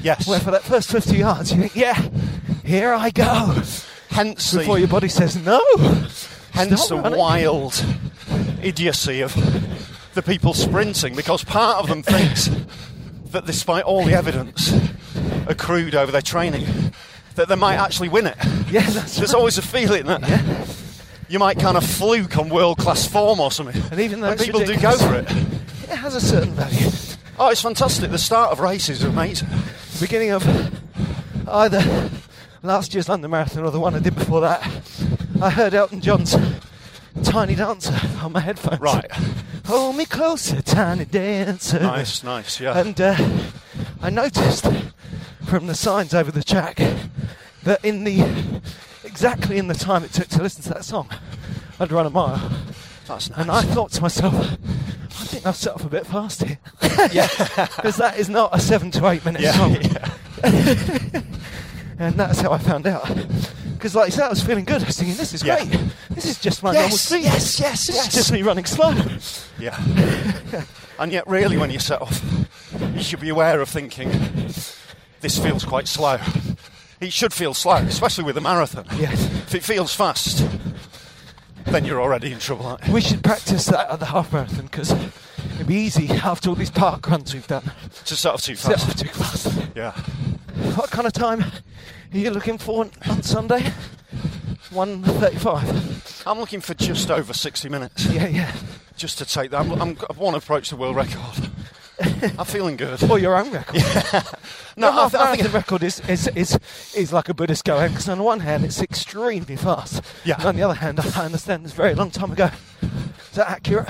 Yes. where for that first 50 yards, you think, yeah, here I go. Hence Before the, your body says no. hence Stop the running. wild idiocy of the people sprinting because part of them thinks that despite all the evidence accrued over their training that they might actually win it Yeah, that's there's right. always a feeling that you might kind of fluke on world class form or something And even though it's people do go ridiculous. for it It has a certain value. oh it's fantastic the start of races is amazing beginning of either last year's London Marathon or the one I did before that, I heard Elton John's Tiny Dancer on my headphones. right Hold me closer, Tiny Dancer. nice nice yeah And uh, I noticed from the signs over the track that in the exactly in the time it took to listen to that song, I'd run a mile. that's nice And I thought to myself, I think I've set off a bit fast here. yeah. Because that is not a seven to eight minute yeah, song. yeah. And that's how I found out. Because, like I said, I was feeling good. I was thinking, this is Yeah. great. This is just my normal speed. yes yes This is just me running slow. Yeah. and yet, really, when you set off, you should be aware of thinking, this feels quite slow. It should feel slow, especially with a marathon. Yeah. If it feels fast, then you're already in trouble, aren't you? We should practice that at the half marathon because it'd be easy after all these park runs we've done. To set off too Set off fast. too fast. Yeah. What kind of time are you looking for on- on Sunday? 1.35. I'm looking for just over 60 minutes, Yeah, yeah. just to take that. I'm, I'm, I want to approach the world record. I'm feeling good. Or your own record. No, the I, half th- I marathon think. record is, is, is, is like a Buddhist go because on the one hand it's extremely fast, Yeah. and on the other hand I understand it's a very long time ago. Is that accurate?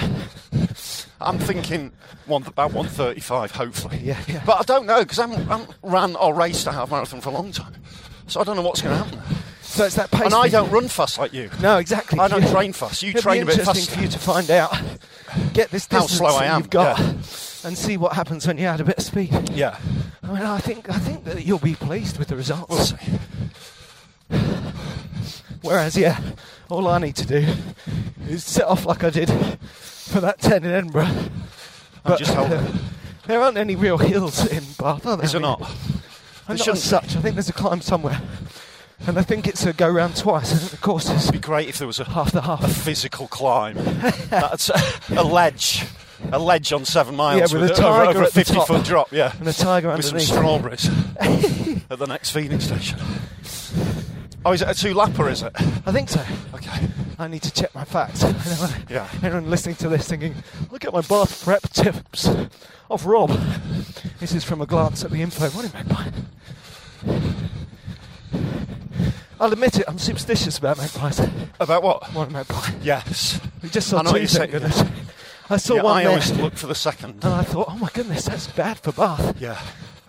I'm thinking one, about 135, hopefully. Yeah, yeah. But I don't know because I haven't, I haven't ran or raced a half marathon for a long time, so I don't know what's going to happen. So it's that pace. And I thing. don't run fast like you. No, exactly. I don't train fast. You It'd train be a bit interesting faster. for you to find out. Get this How distance slow I that am, you've got, yeah. and see what happens when you add a bit of speed. Yeah. I mean, I think I think that you'll be pleased with the results. We'll see. Whereas, yeah, all I need to do is set off like I did for that 10 in Edinburgh. But just hold it. there aren't any real hills in Bath, are there? Is I there mean, And not? There not as shouldn't such. I think there's a climb somewhere. And I think it's a go round twice. I think the course is It'd be great if there was a half the a half. physical climb. That's a, a ledge, a ledge on seven miles Yeah, with a over, tiger over a at the top. fifty-foot drop. Yeah, And a tiger with some underneath. strawberries at the next feeding station. Oh, is it a two-lapper? Is it? I think so. Okay. I need to check my facts. I know, uh, Yeah. Anyone listening to this thinking, look at my bath prep tips of Rob. This is from a glance at the info running magpie. I'll admit it, I'm superstitious about magpies. About what? One magpie. Yes. We just I saw know what two, you're thank saying, goodness. I saw Yeah, one I there, always look for the second. and I thought, oh my goodness, that's bad for Bath. Yeah.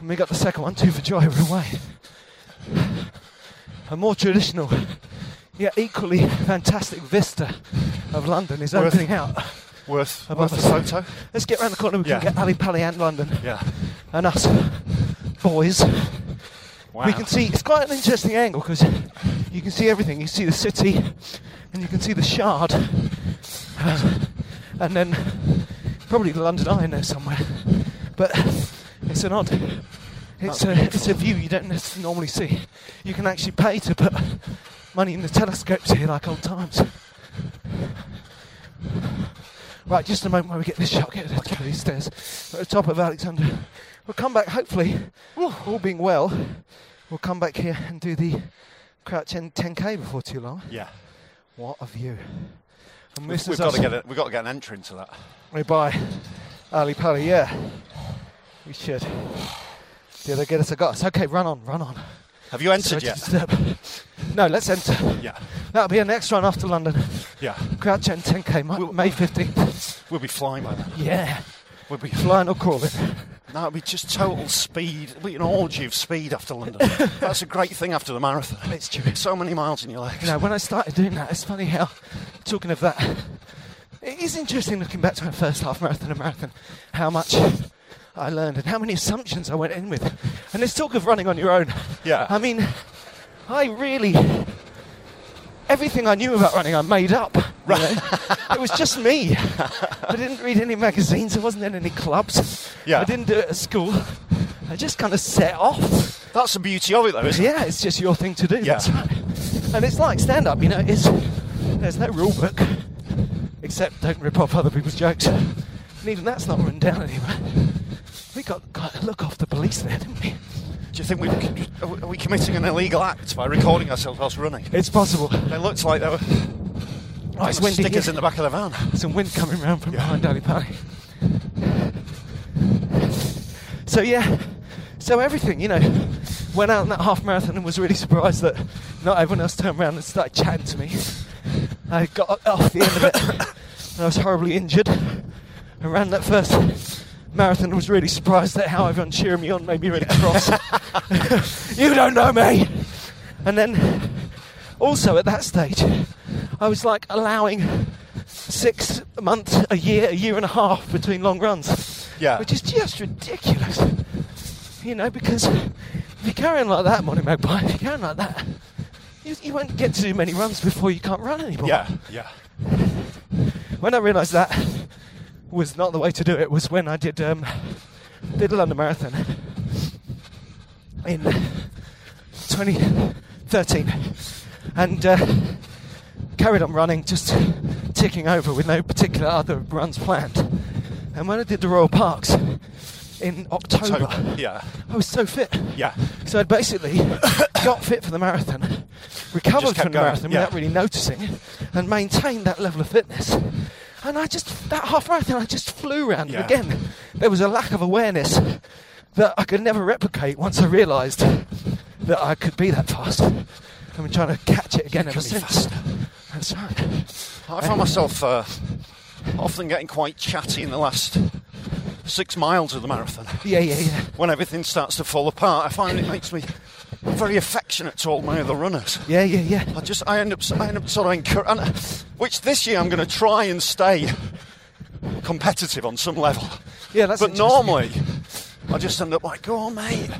And we got the second one, two for joy, we're away. A more traditional, yet equally fantastic vista of London is Worth- opening out. Worth Above worth a us. photo. Let's get round the corner, we Yeah. can get Ali Pally and London Yeah. and us boys. Wow. We can see, it's quite an interesting angle because you can see everything. You see the city and you can see the shard. Uh, and then probably the London Eye in there somewhere. But it's an odd, it's, That's a, it's a view you don't nec- normally see. You can actually pay to put money in the telescopes here like old times. Right, just a moment while we get this shot, get to the top of these stairs. We're at the top of Alexandra. We'll come back, hopefully, all being well, we'll come back here and do the Crouch End 10K before too long. Yeah. What a view. And We've, this we've is got us to get a, we've got to get an entry into that. we buy Ali Pally, yeah. We should. Did I get us a goss? Okay, run on, run on. Have you Sorry entered yet? to disturb. No, let's enter. Yeah. That'll be our next run after London. Yeah. Crouch End 10K, Mi- We'll- May 15th. We'll be flying by then. Yeah. We'll be Flying or crawling. No, it'd be just total speed. It'd be an orgy of speed after London. That's a great thing after the marathon. It's true. So many miles in your legs. You know, when I started doing that, it's funny how, talking of that, it is interesting looking back to my first half marathon and marathon, how much I learned and how many assumptions I went in with. And this talk of running on your own. Yeah. I mean, I really, everything I knew about running, I made up. Right. it was just me. I didn't read any magazines. I wasn't in any clubs. Yeah. I didn't do it at school. I just kind of set off. That's the beauty of it, though, isn't Yeah, it's just your thing to do. Yeah. That's right. And it's like stand up, you know, it's there's no rule book except don't rip off other people's jokes. And even that's not written down anywhere. We got quite a look off the police there, didn't we? it? Do you think we are we- are we committing an illegal act by recording ourselves whilst running? It's possible. They looked like there were Oh, it's windy. stickers here. in the back of the van. Some wind coming round from behind Ali Pally. So yeah, so everything, you know, went out in that half marathon and was really surprised that not everyone else turned around and started chatting to me. I got off the end of it and I was horribly injured. I ran that first marathon and was really surprised at how everyone cheering me on made me really cross. you don't know me! And then also at that stage, I was like allowing six months, a year, a year and a half between long runs Yeah. which is just ridiculous. You know, because if you're carrying like that, Monty Magpie, if you're carrying like that, you, you won't get to do many runs before you can't run anymore. Yeah, yeah. When I realised that was not the way to do it was when I did um, did a London Marathon in 2013 and uh, carried on running, just ticking over with no particular other runs planned. And when I did the Royal Parks in October, October. Yeah, I was so fit. yeah. So I'd basically got fit for the marathon, recovered Just kept from the going, marathon yeah. without really noticing, and maintained that level of fitness. And I just, that half marathon, I just flew around. Yeah. And again, there was a lack of awareness that I could never replicate once I realised that I could be that fast. I've been trying to catch it again You ever can be since. That's right. I found myself uh, often getting quite chatty in the last six miles of the marathon. Yeah, yeah, yeah. When everything starts to fall apart, I find it makes me very affectionate to all my other runners. Yeah, yeah, yeah. I just, I end up, I end up sort of encouraging, which this year I'm going to try and stay competitive on some level. Yeah, that's But interesting. normally, I just end up like, go on, mate.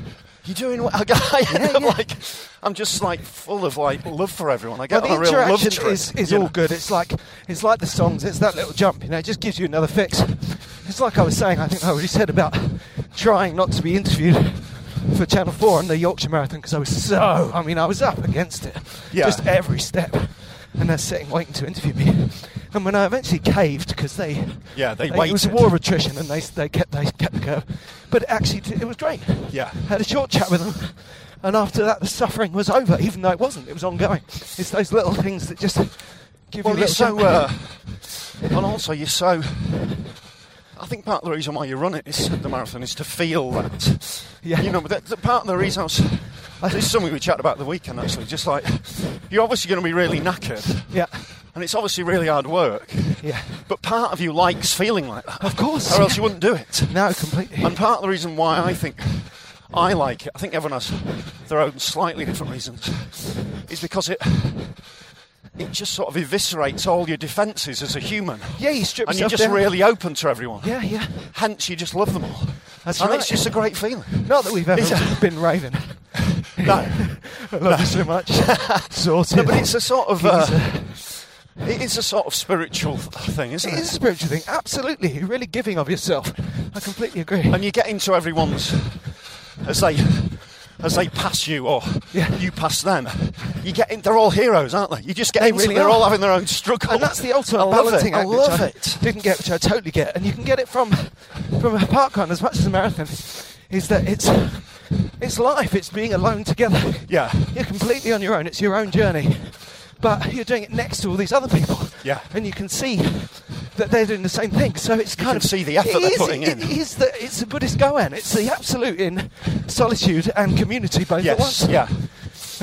You're doing well. I, end up like, I'm just like full of like love for everyone. I Well, get the on a real love interaction trip. is, is you all know. good. It's like it's like the songs. It's that little jump, you know. It just gives you another fix. It's like I was saying. I think I already said about trying not to be interviewed for Channel Four on the Yorkshire Marathon because I was so. I mean, I was up against it. Yeah. Just every step, and they're sitting waiting to interview me. And when I eventually caved because they Yeah, they it was a waited. war of attrition and they they kept they kept the curve. But actually, t- it was great. Yeah. had a short chat with them, and after that, the suffering was over. Even though it wasn't, it was ongoing. It's those little things that just give Well, you a little you're so, jump. uh, and also you're so. I think part of the reason why you run it is the marathon is to feel that. Yeah. You know, but that, that part of the reason I was. This is something we chat about the weekend actually. Just like you're obviously going to be really knackered, yeah, and it's obviously really hard work. yeah, But part of you likes feeling like that, of course. or else you wouldn't do it. No, completely. And part of the reason why I think I like it, I think everyone has their own slightly different reasons, is because it it just sort of eviscerates all your defences as a human. yeah, you strip And you're yourself just down. really open to everyone. Yeah, yeah. Hence, you just love them all. That's and right. it's just a great feeling. Not that we've ever It's a- been raving. No, I love you so much. Sorted. no, but it's a sort of It's uh, it is a sort of spiritual th- thing, isn't it it? is a spiritual thing. Absolutely, you're really giving of yourself. I completely agree. and you get into everyone's as they as they pass you or Yeah. you pass them. You get in, they're all heroes, aren't they? You just get They into really they're are. all having their own struggle, and that's the ultimate I love balancing it. I act, which love it. Didn't get, which I totally get, and you can get it from from a park run as much as a marathon. Is that it's it's life. It's being alone together. Yeah. you're completely on your own. It's your own journey, but you're doing it next to all these other people. Yeah. and you can see that they're doing the same thing. So it's kind can of see the effort it they're is- putting it in. is the it's the Buddhist Goan. It's the absolute in solitude and community both at Yes, once. yeah.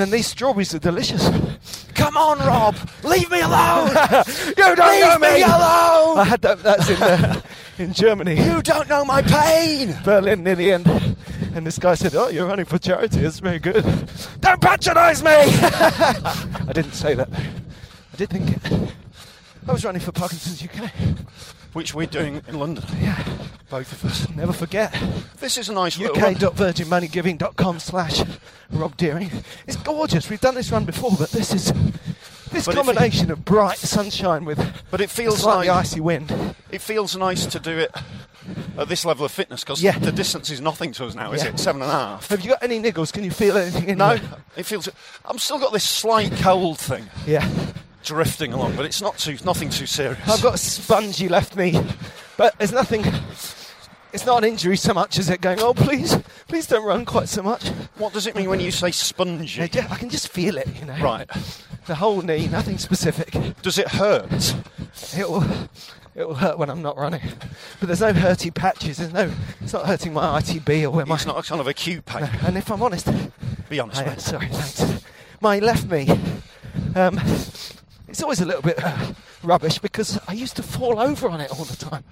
and these strawberries are delicious. Come on, Rob, leave me alone. you don't know leave me alone. I had that. That's in uh, in Germany, You don't know my pain. Berlin, near the end. And this guy said, "Oh, you're running for charity. That's very good. Don't patronise me." I didn't say that. I did think it. I was running for Parkinson's UK. Which we're doing in London. Yeah, Both of us. never forget. This is a nice little run. UK.virginmoneygiving.com slash Rob Deering. It's gorgeous. We've done this run before, but this is this But it fe- combination of bright sunshine with But it feels slightly like- icy wind. It feels nice to do it at this level of fitness because Yeah. the distance is nothing to us now, is Yeah. it? Seven and a half. Have you got any niggles? Can you feel anything in no, you? it feels. I'm still got this slight cold thing Yeah. drifting along, but it's not too nothing too serious. I've got a spongy left knee, but there's nothing. It's not an injury so much as it going. Oh, please, please don't run quite so much. What does it mean when you say spongy? I ju- I can just feel it, you know. Right. The whole knee, nothing specific. Does it hurt? It will, it will hurt when I'm not running, but there's no hurty patches. There's no. It's not hurting my ITB or where my. It's not a kind of acute pain. No, And if I'm honest, Be honest, I am mate. uh, sorry, thanks. My left knee. Um, it's always a little bit uh, rubbish because I used to fall over on it all the time,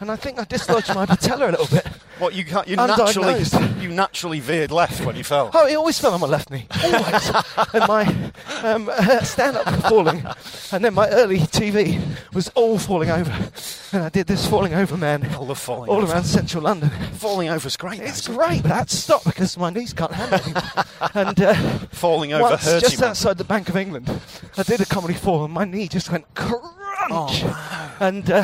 and I think I dislodged my patella a little bit. What you can't, you naturally Undiagnosed. you naturally veered left when you fell. Oh, it always fell on my left knee, always. and my um, uh, stand up falling, and then my early TV was all falling over, and I did this falling over man I love falling all over. around central London. Falling over is great. It's though. great, but I had to stop because my knees can't handle it. and uh, Falling over once, hurts just you, man. outside the Bank of England, I did a comedy fall and my knee just went crunch. Oh, And uh,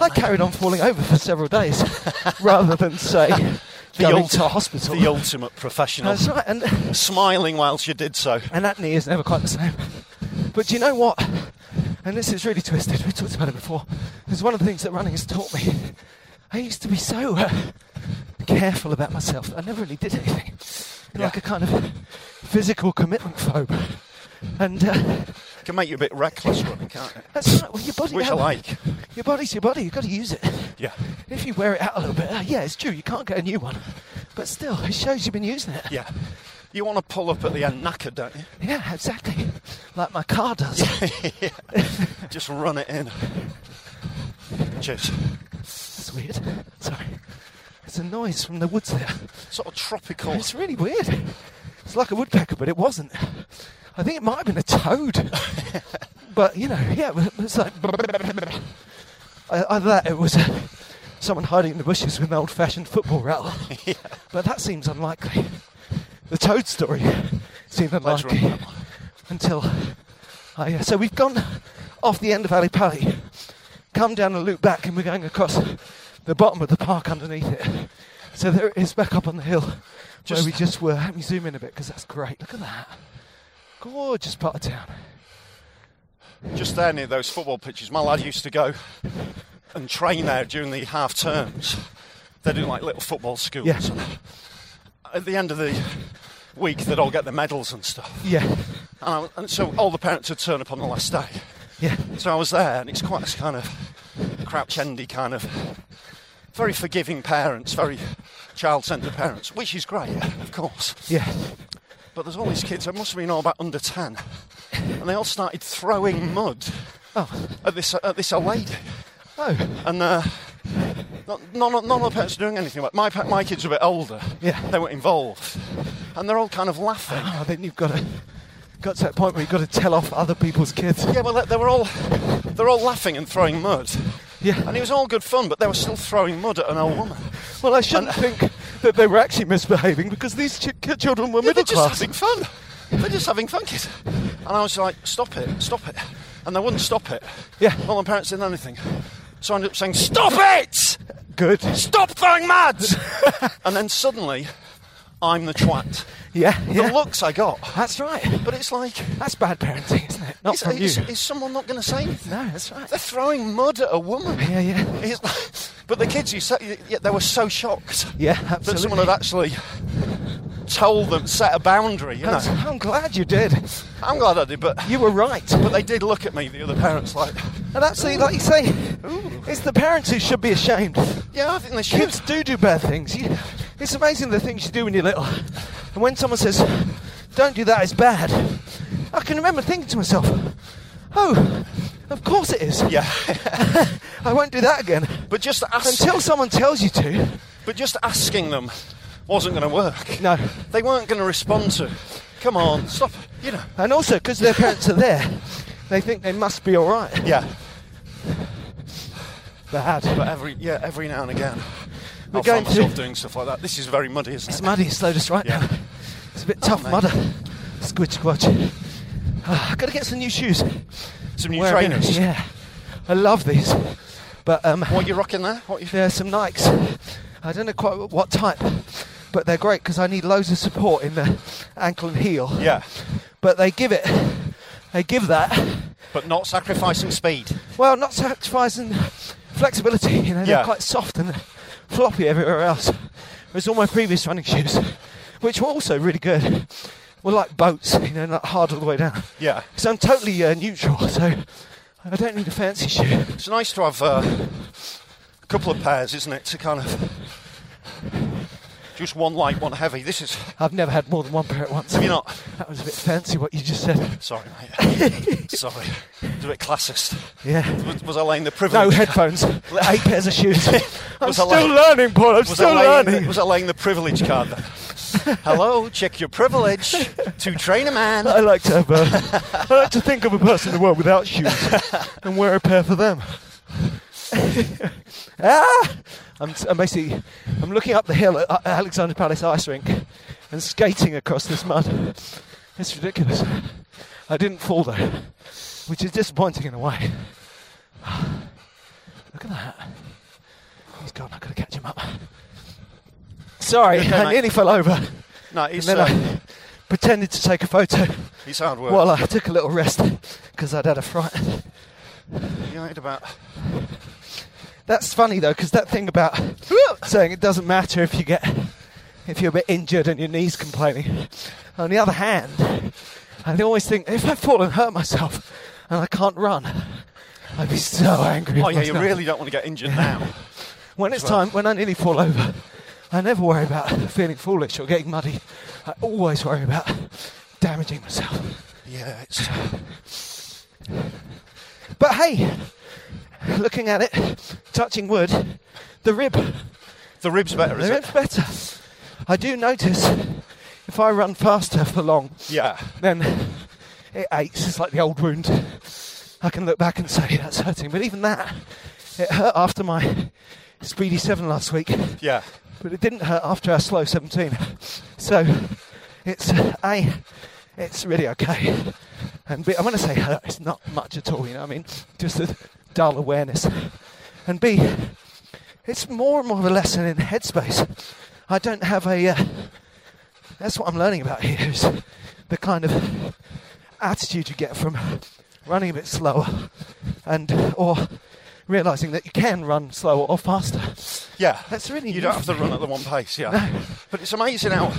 I carried on falling over for several days rather than, say, going ult- to hospital. The ultimate professional. That's right, and, Smiling whilst you did so. and that knee is never quite the same. But do you know what? And this is really twisted, we talked about it before. It's one of the things that running has taught me. I used to be so uh, careful about myself, I never really did anything. Yeah. Like a kind of physical commitment phobe. And uh, Can make you a bit reckless running, can't it? that's right. Well, your body. Which I um, like. Your body's your body. You've got to use it. Yeah. If you wear it out a little bit, uh, yeah, it's true. You can't get a new one. But still, it shows you've been using it. Yeah. You want to pull up at the end knackered, don't you? Yeah, exactly. Like my car does. Just run it in. Cheers. It's weird. Sorry. It's a noise from the woods there. Sort of tropical. It's really weird. It's like a woodpecker, but it wasn't. I think it might have been a toad. but, you know, yeah, it was- it was like. Uh, Either that, it was uh, someone hiding in the bushes with an old fashioned football rattle. But that seems unlikely. The toad story seemed Later on, unlikely that one. until. I, uh, so we've gone off the end of Ali Pali, come down and loop back, and we're going across the bottom of the park underneath it. So there it is back up on the hill where Just- we just were. Let me zoom in a bit because that's great. Look at that. Gorgeous part of town. Just there near those football pitches, my lad used to go and train there during the half terms. They do like little football schools. Yeah. And at the end of the week, they'd all get the medals and stuff. Yeah, And, I, and so all the parents would turn up on the last day. yeah. So I was there, and it's quite this kind of crouch endy kind of very forgiving parents, very child centered parents, which is great, of course. Yeah. But there's all these kids, there must have been all about under 10, and they all started throwing mud Oh, at this, at this old lady. oh, And uh, not, none, of- none of the parents are doing anything. Like my, pa- my kids are a bit older, Yeah. they were involved, and they're all kind of laughing. oh. Then you've got to got to that point where you've got to tell off other people's kids. Yeah, well, they- they were all they're all laughing and throwing mud. Yeah. and it was all good fun, but they were still throwing mud at an old woman. Well, I shouldn't uh, think that they were actually misbehaving because these ch- children were Yeah, middle they're just class. having fun. They're just having fun, kids. And I was like, stop it, stop it. And they wouldn't stop it. Yeah. All the parents didn't anything. So I ended up saying, stop it! Good. Stop throwing mud! and then suddenly, I'm the twat. Yeah, yeah. The looks I got. That's right. But it's like, That's bad parenting, isn't it? Not is, from is- you. is someone not going to say anything? no, that's right. They're throwing mud at a woman. Yeah, yeah. It's like- but the kids, you say, yeah, they were so shocked Yeah, that absolutely. someone had actually told them, set a boundary. You know, That's- I'm glad you did. I'm glad I did, but You were right. But they did look at me, the other parents, like, And absolutely, like you say, it's the parents who should be ashamed. yeah, I think they should. Kids do do bad things. You- It's amazing the things you do when you're little. And when someone says, don't do that, it's bad, I can remember thinking to myself, oh, of course it is. Yeah. I won't do that again. but just ask, Until someone tells you to. but just asking them wasn't going to work. No. They weren't going to respond to, come on, stop, you know. And also, because their parents are there, they think they must be all right. Yeah. Bad. But every, yeah, every now and again, We're I'll find going to- myself doing stuff like that. This is very muddy, isn't It's it? muddy, it slowed us right Yeah. Oh, now. It's a bit tough mate. mudder. Squidge squatch. Ah, I've got to get some new shoes. Some new Wear 'em in. trainers. Yeah. I love these. But um, What you rocking there? What you? they're some Nikes. I don't know quite what type, but they're great because I need loads of support in the ankle and heel. Yeah. But they give it, they give that, But not sacrificing speed. well, not sacrificing flexibility. You know, they're Yeah. quite soft and floppy everywhere else. Whereas all my previous running shoes, which were also really good, were like boats, you know, like hard all the way down. Yeah. So I'm totally uh, neutral, so I don't need a fancy shoe. It's nice to have uh, a couple of pairs, isn't it, to kind of just one light, one heavy. This is, I've never had more than one pair at once. have you not? That was a bit fancy what you just said. Sorry, mate. Sorry. It's a bit classist. Yeah. Was, was I laying the privilege? No headphones, eight pairs of shoes. I'm Was I still like- learning, Paul. I'm Was still I, laying learning. The, was I laying the privilege card then? Hello, check your privilege to train a man. I like to have a, I like to think of a person in the world without shoes and wear a pair for them. ah! I'm, s- I'm basically I'm looking up the hill at uh, Alexander Palace ice rink and skating across this mud. It's ridiculous. I didn't fall though, which is disappointing in a way. Look at that. He's gone. I've got to catch him up. Sorry, You okay, I mate? nearly fell over. No, And it's, then uh, I pretended to take a photo. it's hard work. Well, I took a little rest because I'd had a fright. you know, it's about That's funny though, because that thing about saying it doesn't matter if you get if you're a bit injured and your knees complaining. On the other hand, I always think if I fall and hurt myself and I can't run, I'd be so angry. Oh with yeah, you myself. really don't want to get injured now. When it's time, when I nearly fall over, I never worry about feeling foolish or getting muddy. I always worry about damaging myself. Yeah, it's. But hey, looking at it, touching wood, the rib, The rib's better, the is it? rib's better. I do notice if I run faster for long, Yeah. then it aches. It's like the old wound. I can look back and say that's hurting. But even that, it hurt after my speedy seven last week, Yeah. but it didn't hurt after our slow 17. So it's a, it's really okay. And B, I want to say hurt. It's not much at all. You know, what I mean, just a dull awareness. And B, it's more and more of a lesson in headspace. I don't have a. Uh, that's what I'm learning about here is the kind of attitude you get from running a bit slower, and or realizing that you can run slower or faster. Yeah. That's really You don't new have for to run at the one pace, yeah. But it's amazing how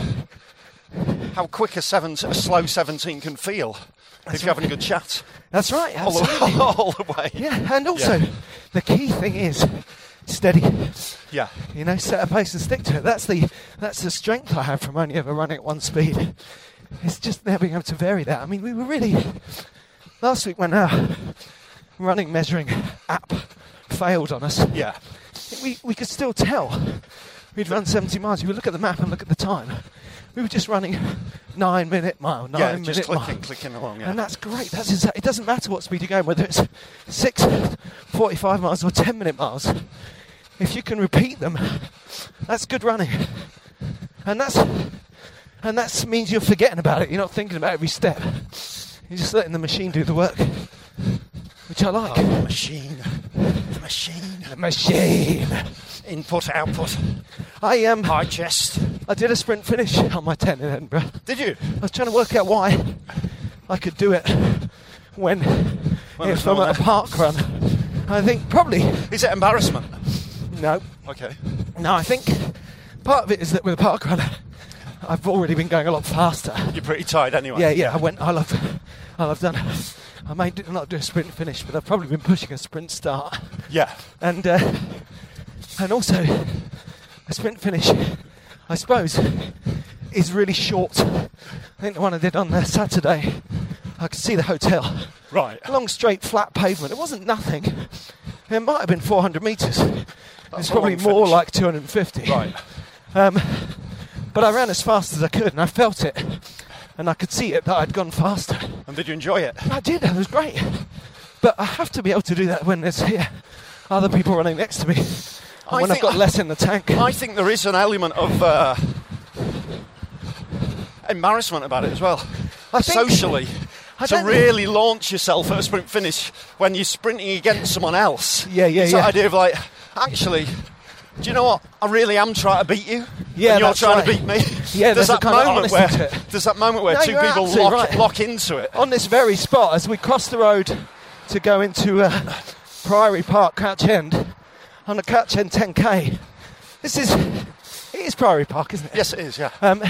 how quick a, seven, a slow 17 can feel if you're having a good chat. That's right. All absolutely. the, all the way. Yeah, and also the key thing is steady. Yeah. You know, set a pace and stick to it. That's the that's the strength I have from only ever running at one speed. It's just now being able to vary that. I mean, we were really last week when our running measuring app failed on us. Yeah. We we could still tell we'd run 70 miles. You would look at the map and look at the time. We were just running nine minute mile, nine Yeah, minute just mile. clicking, clicking along. Yeah. And that's great. That's exa- it doesn't matter what speed you're going, whether it's six, 45 miles or 10 minute miles. If you can repeat them, that's good running. And that's and that means you're forgetting about it. You're not thinking about every step. You're just letting the machine do the work, which I like. Oh, the machine. The machine. The machine. Input, output, I um, high chest. I did a sprint finish on my 10 in Edinburgh. Did you? I was trying to work out why I could do it when, there's if I'm no one at a there. park run. I think probably Is it embarrassment? no, Okay. no. I think part of it is that with a park run, I've already been going a lot faster. You're pretty tired anyway. Yeah, yeah. I went. I love. I love done. I may do, not do a sprint finish, but I've probably been pushing a sprint start, Yeah. and uh, and also a sprint finish. I suppose is really short. I think the one I did on uh, Saturday, I could see the hotel. Right. long straight flat pavement. It wasn't nothing. It might have been 400 metres. It's a probably long more finish. like 250. Right. Um, but I ran as fast as I could, and I felt it, and I could see it that I'd gone faster. And did you enjoy it? I did. It was great. But I have to be able to do that when there's here other people running next to me, and I when I've think got I- less in the tank. I think there is an element of uh, embarrassment about it as well. I think- Socially, I to don't- really launch yourself at a sprint finish when you're sprinting against someone else. Yeah, yeah, it's yeah. That idea of like, actually, do you know what? I really am trying to beat you. Yeah, and you're that's trying right. to beat me. Yeah, there's there's a that kind of moment where honesty to it. there's that moment where No, two you're people absolutely lock, right. lock into it. on this very spot as we crossed the road to go into uh, Priory Park, Crouch End, on the Crouch End 10K. This is, it is Priory Park, isn't it? Yes, it is. Yeah, Um,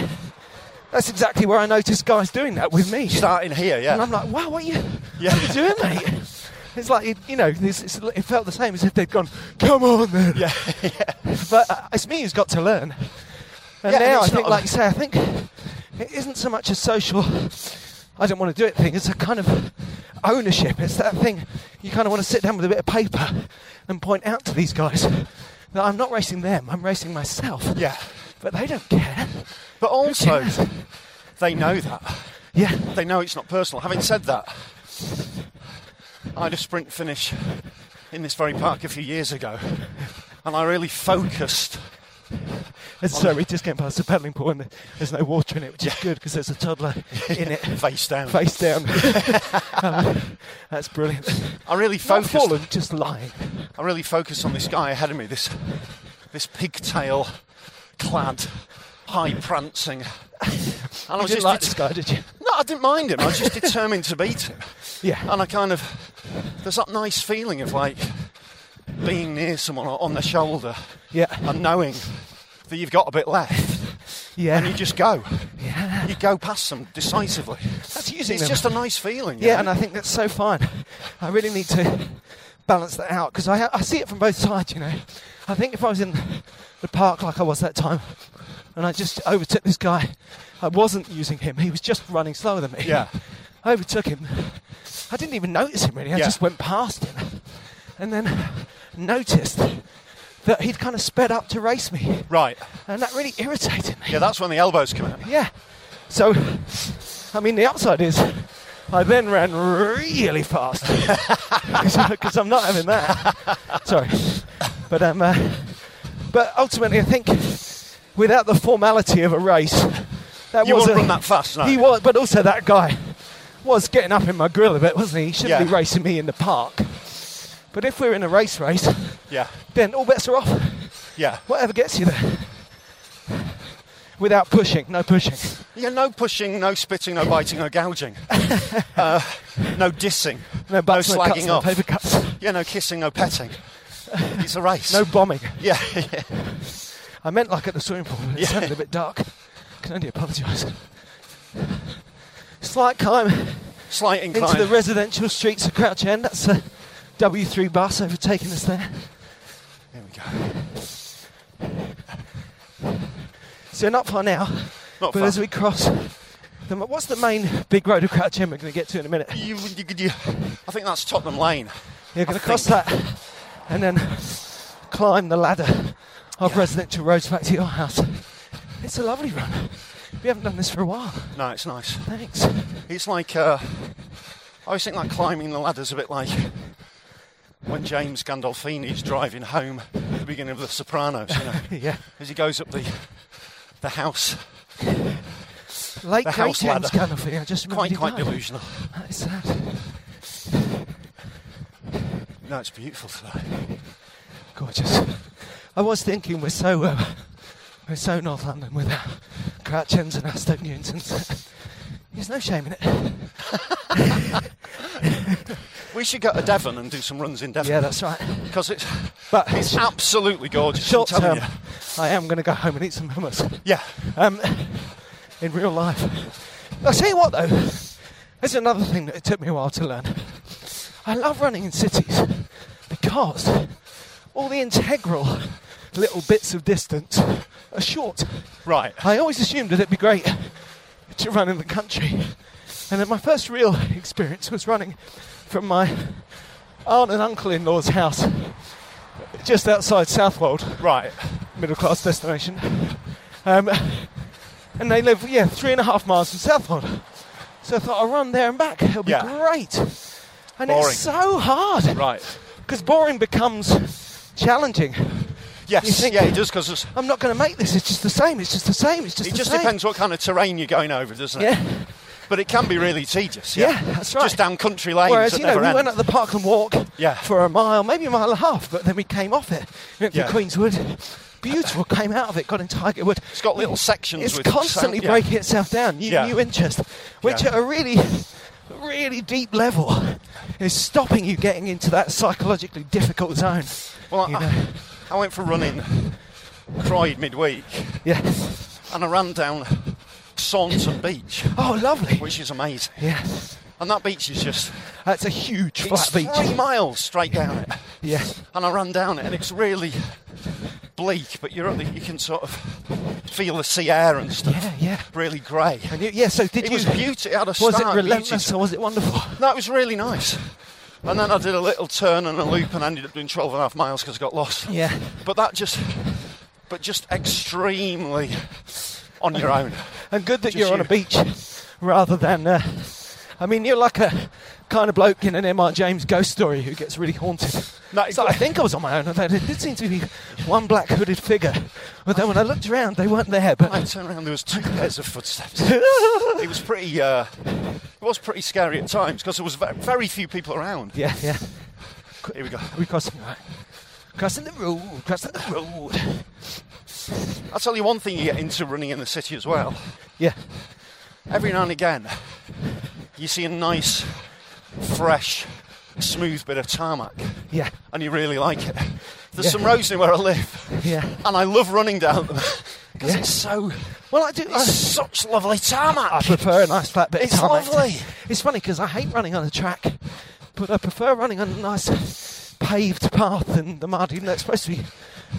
that's exactly where I noticed guys doing that with me. starting here. And I'm Yeah, like, wow, what are you, Yeah. what are you doing, mate? It's like, it- you know, this, it's, it felt the same as if they'd gone, come on then. yeah, But uh, it's me who's got to learn. And Yeah, and now I it's think, not- like you say, I think it isn't so much a social, I don't want to do it thing, it's a kind of ownership. It's that thing you kind of want to sit down with a bit of paper and point out to these guys that I'm not racing them, I'm racing myself. yeah. But they don't care. But also, they know that. Yeah. they know it's not personal. Having said that, I had a sprint finish in this very park a few years ago, and I really focused. And so we just came past the paddling pool and there's no water in it, which is good because there's a toddler in it. Face down. Face down. Um, that's brilliant. I really Not focused. fallen, just lying. I really focused on this guy ahead of me. This this pigtail clad, high prancing. And I You didn't was just like det- this guy, did you? No, I didn't mind him. I was just determined to beat him. Yeah. And I kind of there's that nice feeling of like being near someone or on their shoulder Yeah. and knowing that you've got a bit left. Yeah. and you just go. You go past them decisively. That's using it's them. just a nice feeling. you yeah, know? and I think that's so fine. I really need to balance that out because I, ha- I see it from both sides, you know. I think if I was in the park like I was that time and I just overtook this guy, I wasn't using him, he was just running slower than me. Yeah. I overtook him. I didn't even notice him really, I Yeah. just went past him and then noticed that he'd kind of sped up to race me. Right. And that really irritated me. Yeah, that's when the elbows come out. Yeah. So, I mean, the upside is I then ran really fast because I'm not having that. Sorry, but um, uh, but ultimately, I think without the formality of a race, that You was won't a- run that fast, no. He was, but also that guy was getting up in my grill a bit, wasn't he? He shouldn't be Yeah. racing me in the park. But if we're in a race race, Yeah. then all bets are off. Yeah. Whatever gets you there. Without pushing, no pushing. Yeah, no pushing, no spitting, no biting, no gouging. uh, no dissing. No butts, no, cuts, slagging no off. paper cuts, Yeah, no kissing, no petting. It's a race. no bombing. Yeah, yeah. I meant like at the swimming pool. It's Yeah. suddenly a bit dark. Can only apologise. Slight climb Slight incline. into the residential streets of Crouch End. That's a W3 bus overtaking us there. there we go. So not far now. Not but far. as we cross, the, what's the main big road of Crouch End we're going to get to in a minute? You, you, you, I think that's Tottenham Lane. You're going to I cross think- that and then climb the ladder of residential roads back to your house. It's a lovely run. We haven't done this for a while. No, it's nice. Thanks. It's like uh, I always think like climbing the ladder's a bit like when James Gandolfini's driving home at the beginning of The Sopranos. You know, Yeah. as he goes up the the house, Late The great house James ladder. Gandolfini, I just remembered he quite quite died. delusional. That is sad. No, it's beautiful today. Gorgeous. I was thinking we're so uh, we're so North London with our Crouch Ends and our Stoke Newtons. There's no shame in it. We should go to Devon and do some runs in Devon. Yeah, that's right. because it's But it's absolutely gorgeous. I'm short term, telling you. I am going to go home and eat some hummus. Yeah, um, in real life. I tell you what though, there's another thing that it took me a while to learn. I love running in cities because all the integral little bits of distance are short. right. I always assumed that it'd be great to run in the country. And then my first real experience was running from my aunt and uncle in law's house just outside Southwold Right. middle class destination. Um, and they live, yeah, three and a half miles from Southwold. So I thought I'll run there and back. It'll be Yeah. great. And Boring. it's so hard. Right. Because boring becomes challenging. You Yes. think- Yeah, he does because I'm not going to make this. It's just the same. It's just the same. It's just it the just same. depends what kind of terrain you're going over, doesn't it? Yeah. But it can be really tedious. Yeah, Yeah, that's right. Just down country lanes Whereas, that you know, never we end. went up the park and walk Yeah. for a mile, maybe a mile and a half, but then we came off it. Went through Yeah. Queenswood. Beautiful. Came out of it, got into Tiger Wood. It's got little sections It's with constantly sound- yeah. breaking itself down. New, Yeah. new interest, which Yeah. at a really, really deep level is stopping you getting into that psychologically difficult zone. Well, you I, know. I went for running, cried midweek, Yeah. and I ran down Saunton Beach, Oh, lovely. which is amazing. Yeah. And that beach is just That's a huge it's flat beach. three miles straight down it, Yeah. and I ran down it, and it's really bleak, but you're at the, you can sort of feel the sea air and stuff. Yeah, yeah. Really grey. And you, yeah. So did It you? was beauty. It had a Was it stark beauty relentless to or was it wonderful? No, it was really nice. And then I did a little turn and a loop and ended up doing 12 and a half miles because I got lost. Yeah. But that just, but just extremely on your own. And good that Just you're on you. a beach rather than. Uh, I mean, you're like a kind of bloke in an M.R. James ghost story who gets really haunted. No, so I think I was on my own. There did seem to be one black hooded figure. But then when I looked around, they weren't there. I But turned around, there was two pairs of footsteps. It was pretty, uh, it was pretty scary at times because there was ve- very few people around. yeah, yeah. Here we go. Are we crossing? Right. Crossing the road, crossing the road. I'll tell you one thing you get into running in the city as well. Yeah. Every now and again, you see a nice, fresh, smooth bit of tarmac. Yeah. and you really like it. There's Yeah. some roads near where I live, Yeah. and I love running down them because Yeah. it's so Well, I do. I, it's such lovely tarmac. I prefer a nice flat bit It's of tarmac. lovely. It's funny because I hate running on a track, but I prefer running on a nice paved path in the mud, even though it's supposed to be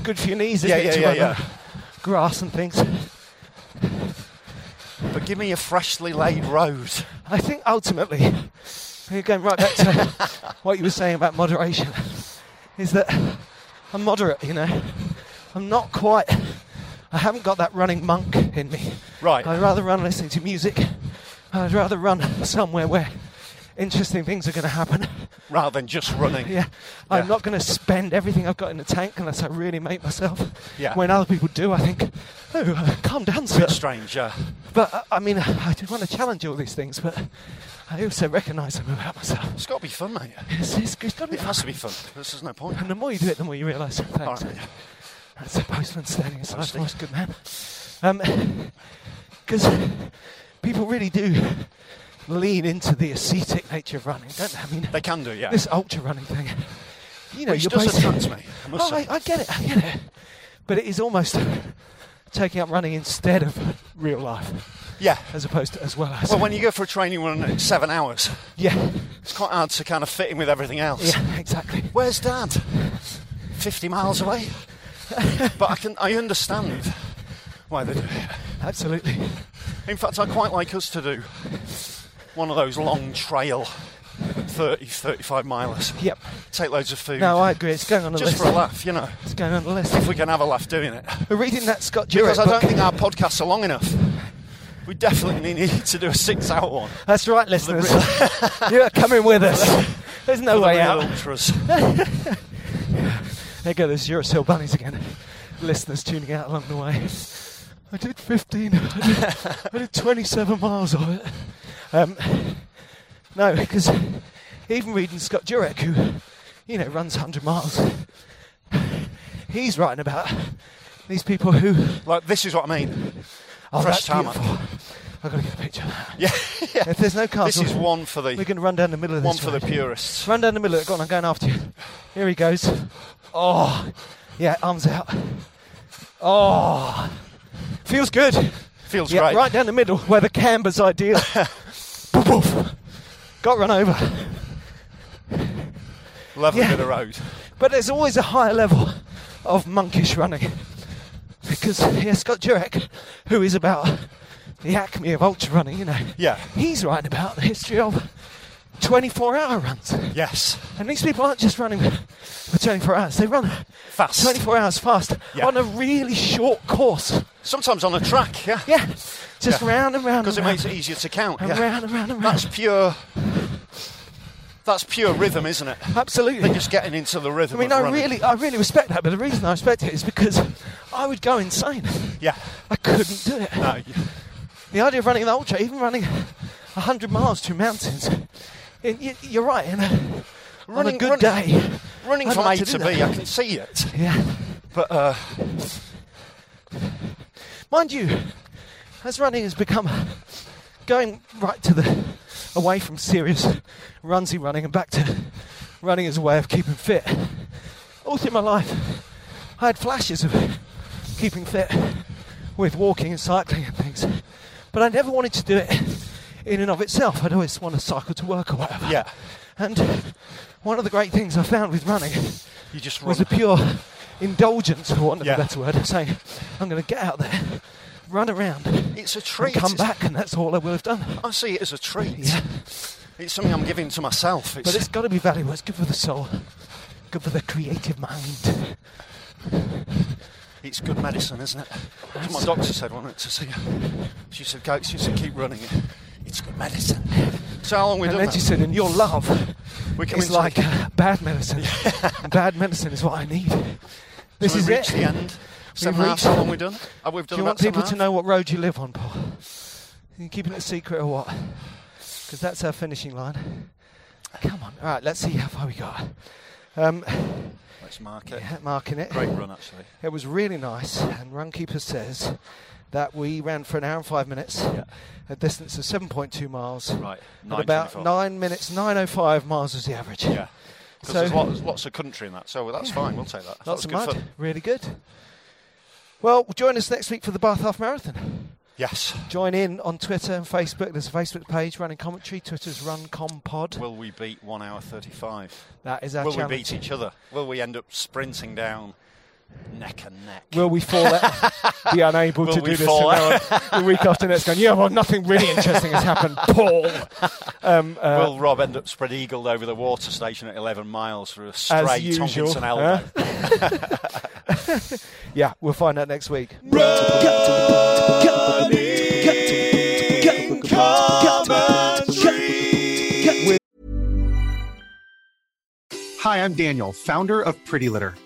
good for your knees, isn't Yeah, it? yeah, to yeah, run yeah. on Grass and things. But give me a freshly laid road. I think ultimately, you're going right back to what you were saying about moderation, is that I'm moderate, you know. I'm not quite, I haven't got that running monk in me. Right. I'd rather run listening to music. I'd rather run somewhere where interesting things are going to happen. rather than just running. Yeah. I'm Yeah. not going to spend everything I've got in the tank unless I really make myself. Yeah. When other people do, I think, oh, uh, calm down, Bit sir. strange, yeah. But uh, I mean, I do want to challenge all these things, but I also recognise them about myself. It's got to be fun, mate. It's, it's, it's got to be It has fast. to be fun. This is no point. And the more you do it, the more you realise. All Thanks. right, mate. That's a postman standing aside Postie. for us, good man. Because people really do lean into the ascetic nature of running, don't they? I mean, They can do, yeah. this ultra running thing. You know, Which you're does basically- attract me, I must oh, say. I, I get it, I get it. But it is almost taking up running instead of real life, yeah. as opposed to as well as. Well, when you go for a training run at seven hours, yeah, it's quite hard to kind of fit in with everything else. yeah, exactly. Where's Dad? 50 miles away. but I can, I understand why they do it. Absolutely. In fact, I quite like us to do one of those long trail 30, 35 milers. Yep. Take loads of food. No, I agree. It's going on the just list. for a laugh, you know. It's going on the list. If we can have a laugh doing it. We're reading that Scott Jurek Because I don't book. think our podcasts are long enough. We definitely need to do a six hour one. That's right, listeners. you are coming with us. There's no way Real out. ultras. There go those Duracell bunnies again. Listeners tuning out along the way. I did 15. I did, I did 27 miles of it. Um, no, because even reading Scott Jurek, who, you know, runs 100 miles, he's writing about these people who Like, this is what I mean. are that's Fresh tarmac. beautiful. I've got to get a picture of that. Yeah, yeah. If there's no castle, This is one for Oh, we're the going to run down the middle of this one for the road. purists. Run down the middle of it. Go on, I'm going after you. Here he goes. Oh, yeah, arms out. Oh, feels good. Feels yeah, great. right down the middle where the camber's ideal. Poof, poof. Got run over. Level Yeah. bit of road. But there's always a higher level of monkish running. Because yeah, Scott Jurek, who is about the acme of ultra running, you know, Yeah. he's writing about the history of 24 hour runs. Yes. And these people aren't just running for 24 hours, they run Fast. 24 hours fast Yeah. on a really short course. Sometimes on a track. Yeah. Yeah, just Yeah. round and round. Because it and round, makes it easier to count. and Yeah. round and round and round. That's pure. That's pure rhythm, isn't it? Absolutely. They're just getting into the I rhythm. mean, of I running. really, I really respect that, but the reason I respect it is because I would go insane. Yeah. I couldn't do it. No. The idea of running an ultra, even running 100 miles through mountains, it, you, you're right. You know, on a Running- good running- day, Running I'd from like A to to do B, that. I can see it. yeah. But uh, Mind you, as running has become going right to the away from serious runsy running and back to running as a way of keeping fit. All through my life, I had flashes of keeping fit with walking and cycling and things, but I never wanted to do it in and of itself. I'd always want to cycle to work or whatever. yeah, And one of the great things I found with running you just run. was a pure indulgence, for want of Yeah. a better word, of saying, I'm going to get out there, run around, It's a treat. and come It's- back, and that's all I will have done. I see it as a treat. Yeah. It's something I'm giving to myself. It's, But it's got to be valuable. It's good for the soul, good for the creative mind. It's good medicine, isn't it? That's what my doctor said, wasn't it, to see her. She said, go, she said, keep running it. It's good medicine. So how long we and done then that? she said, and your love We're coming is to like the- uh, bad medicine. And bad medicine is what I need. This so is we've it. reached the end. We've Seven and a half, reached- how long we done? Have we done Do you about want people to seven and a half? know what road you live on, Paul? Are you keeping it a secret or what? Because that's our finishing line. Come on. All right, let's see how far we got. Um, Let's mark it. yeah, marking it. Great run, actually. It was really nice. And Runkeeper says that we ran for an hour and five minutes, a distance of 7.2 miles. Right, At about 9:24. 9 minutes, 9.05 miles was the average. Yeah. Because So- there's, lots, there's lots of country in that, so that's fine. We'll take that. That was Lots of good mud. fun. Really good. Well, join us next week for the Bath Half Marathon. Yes. Join in on Twitter and Facebook. There's a Facebook page, Running Commentary. Twitter's Run Com Pod. Will we beat one hour thirty-five? that is our Will challenge. we beat each other? Will we end up sprinting down neck and neck? Will we fall? Out, be unable Will to we do this. fall and now the week after next, going. Yeah, well, nothing really interesting has happened, Paul. Um, uh, Will Rob end up spread eagled over the water station at 11 miles for a as stray usual, Tonkinson elbow? huh? yeah, we'll find out next week. Hi, I'm Daniel, founder of Pretty Litter.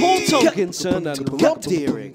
Paul Tonkinson and Rob Deering.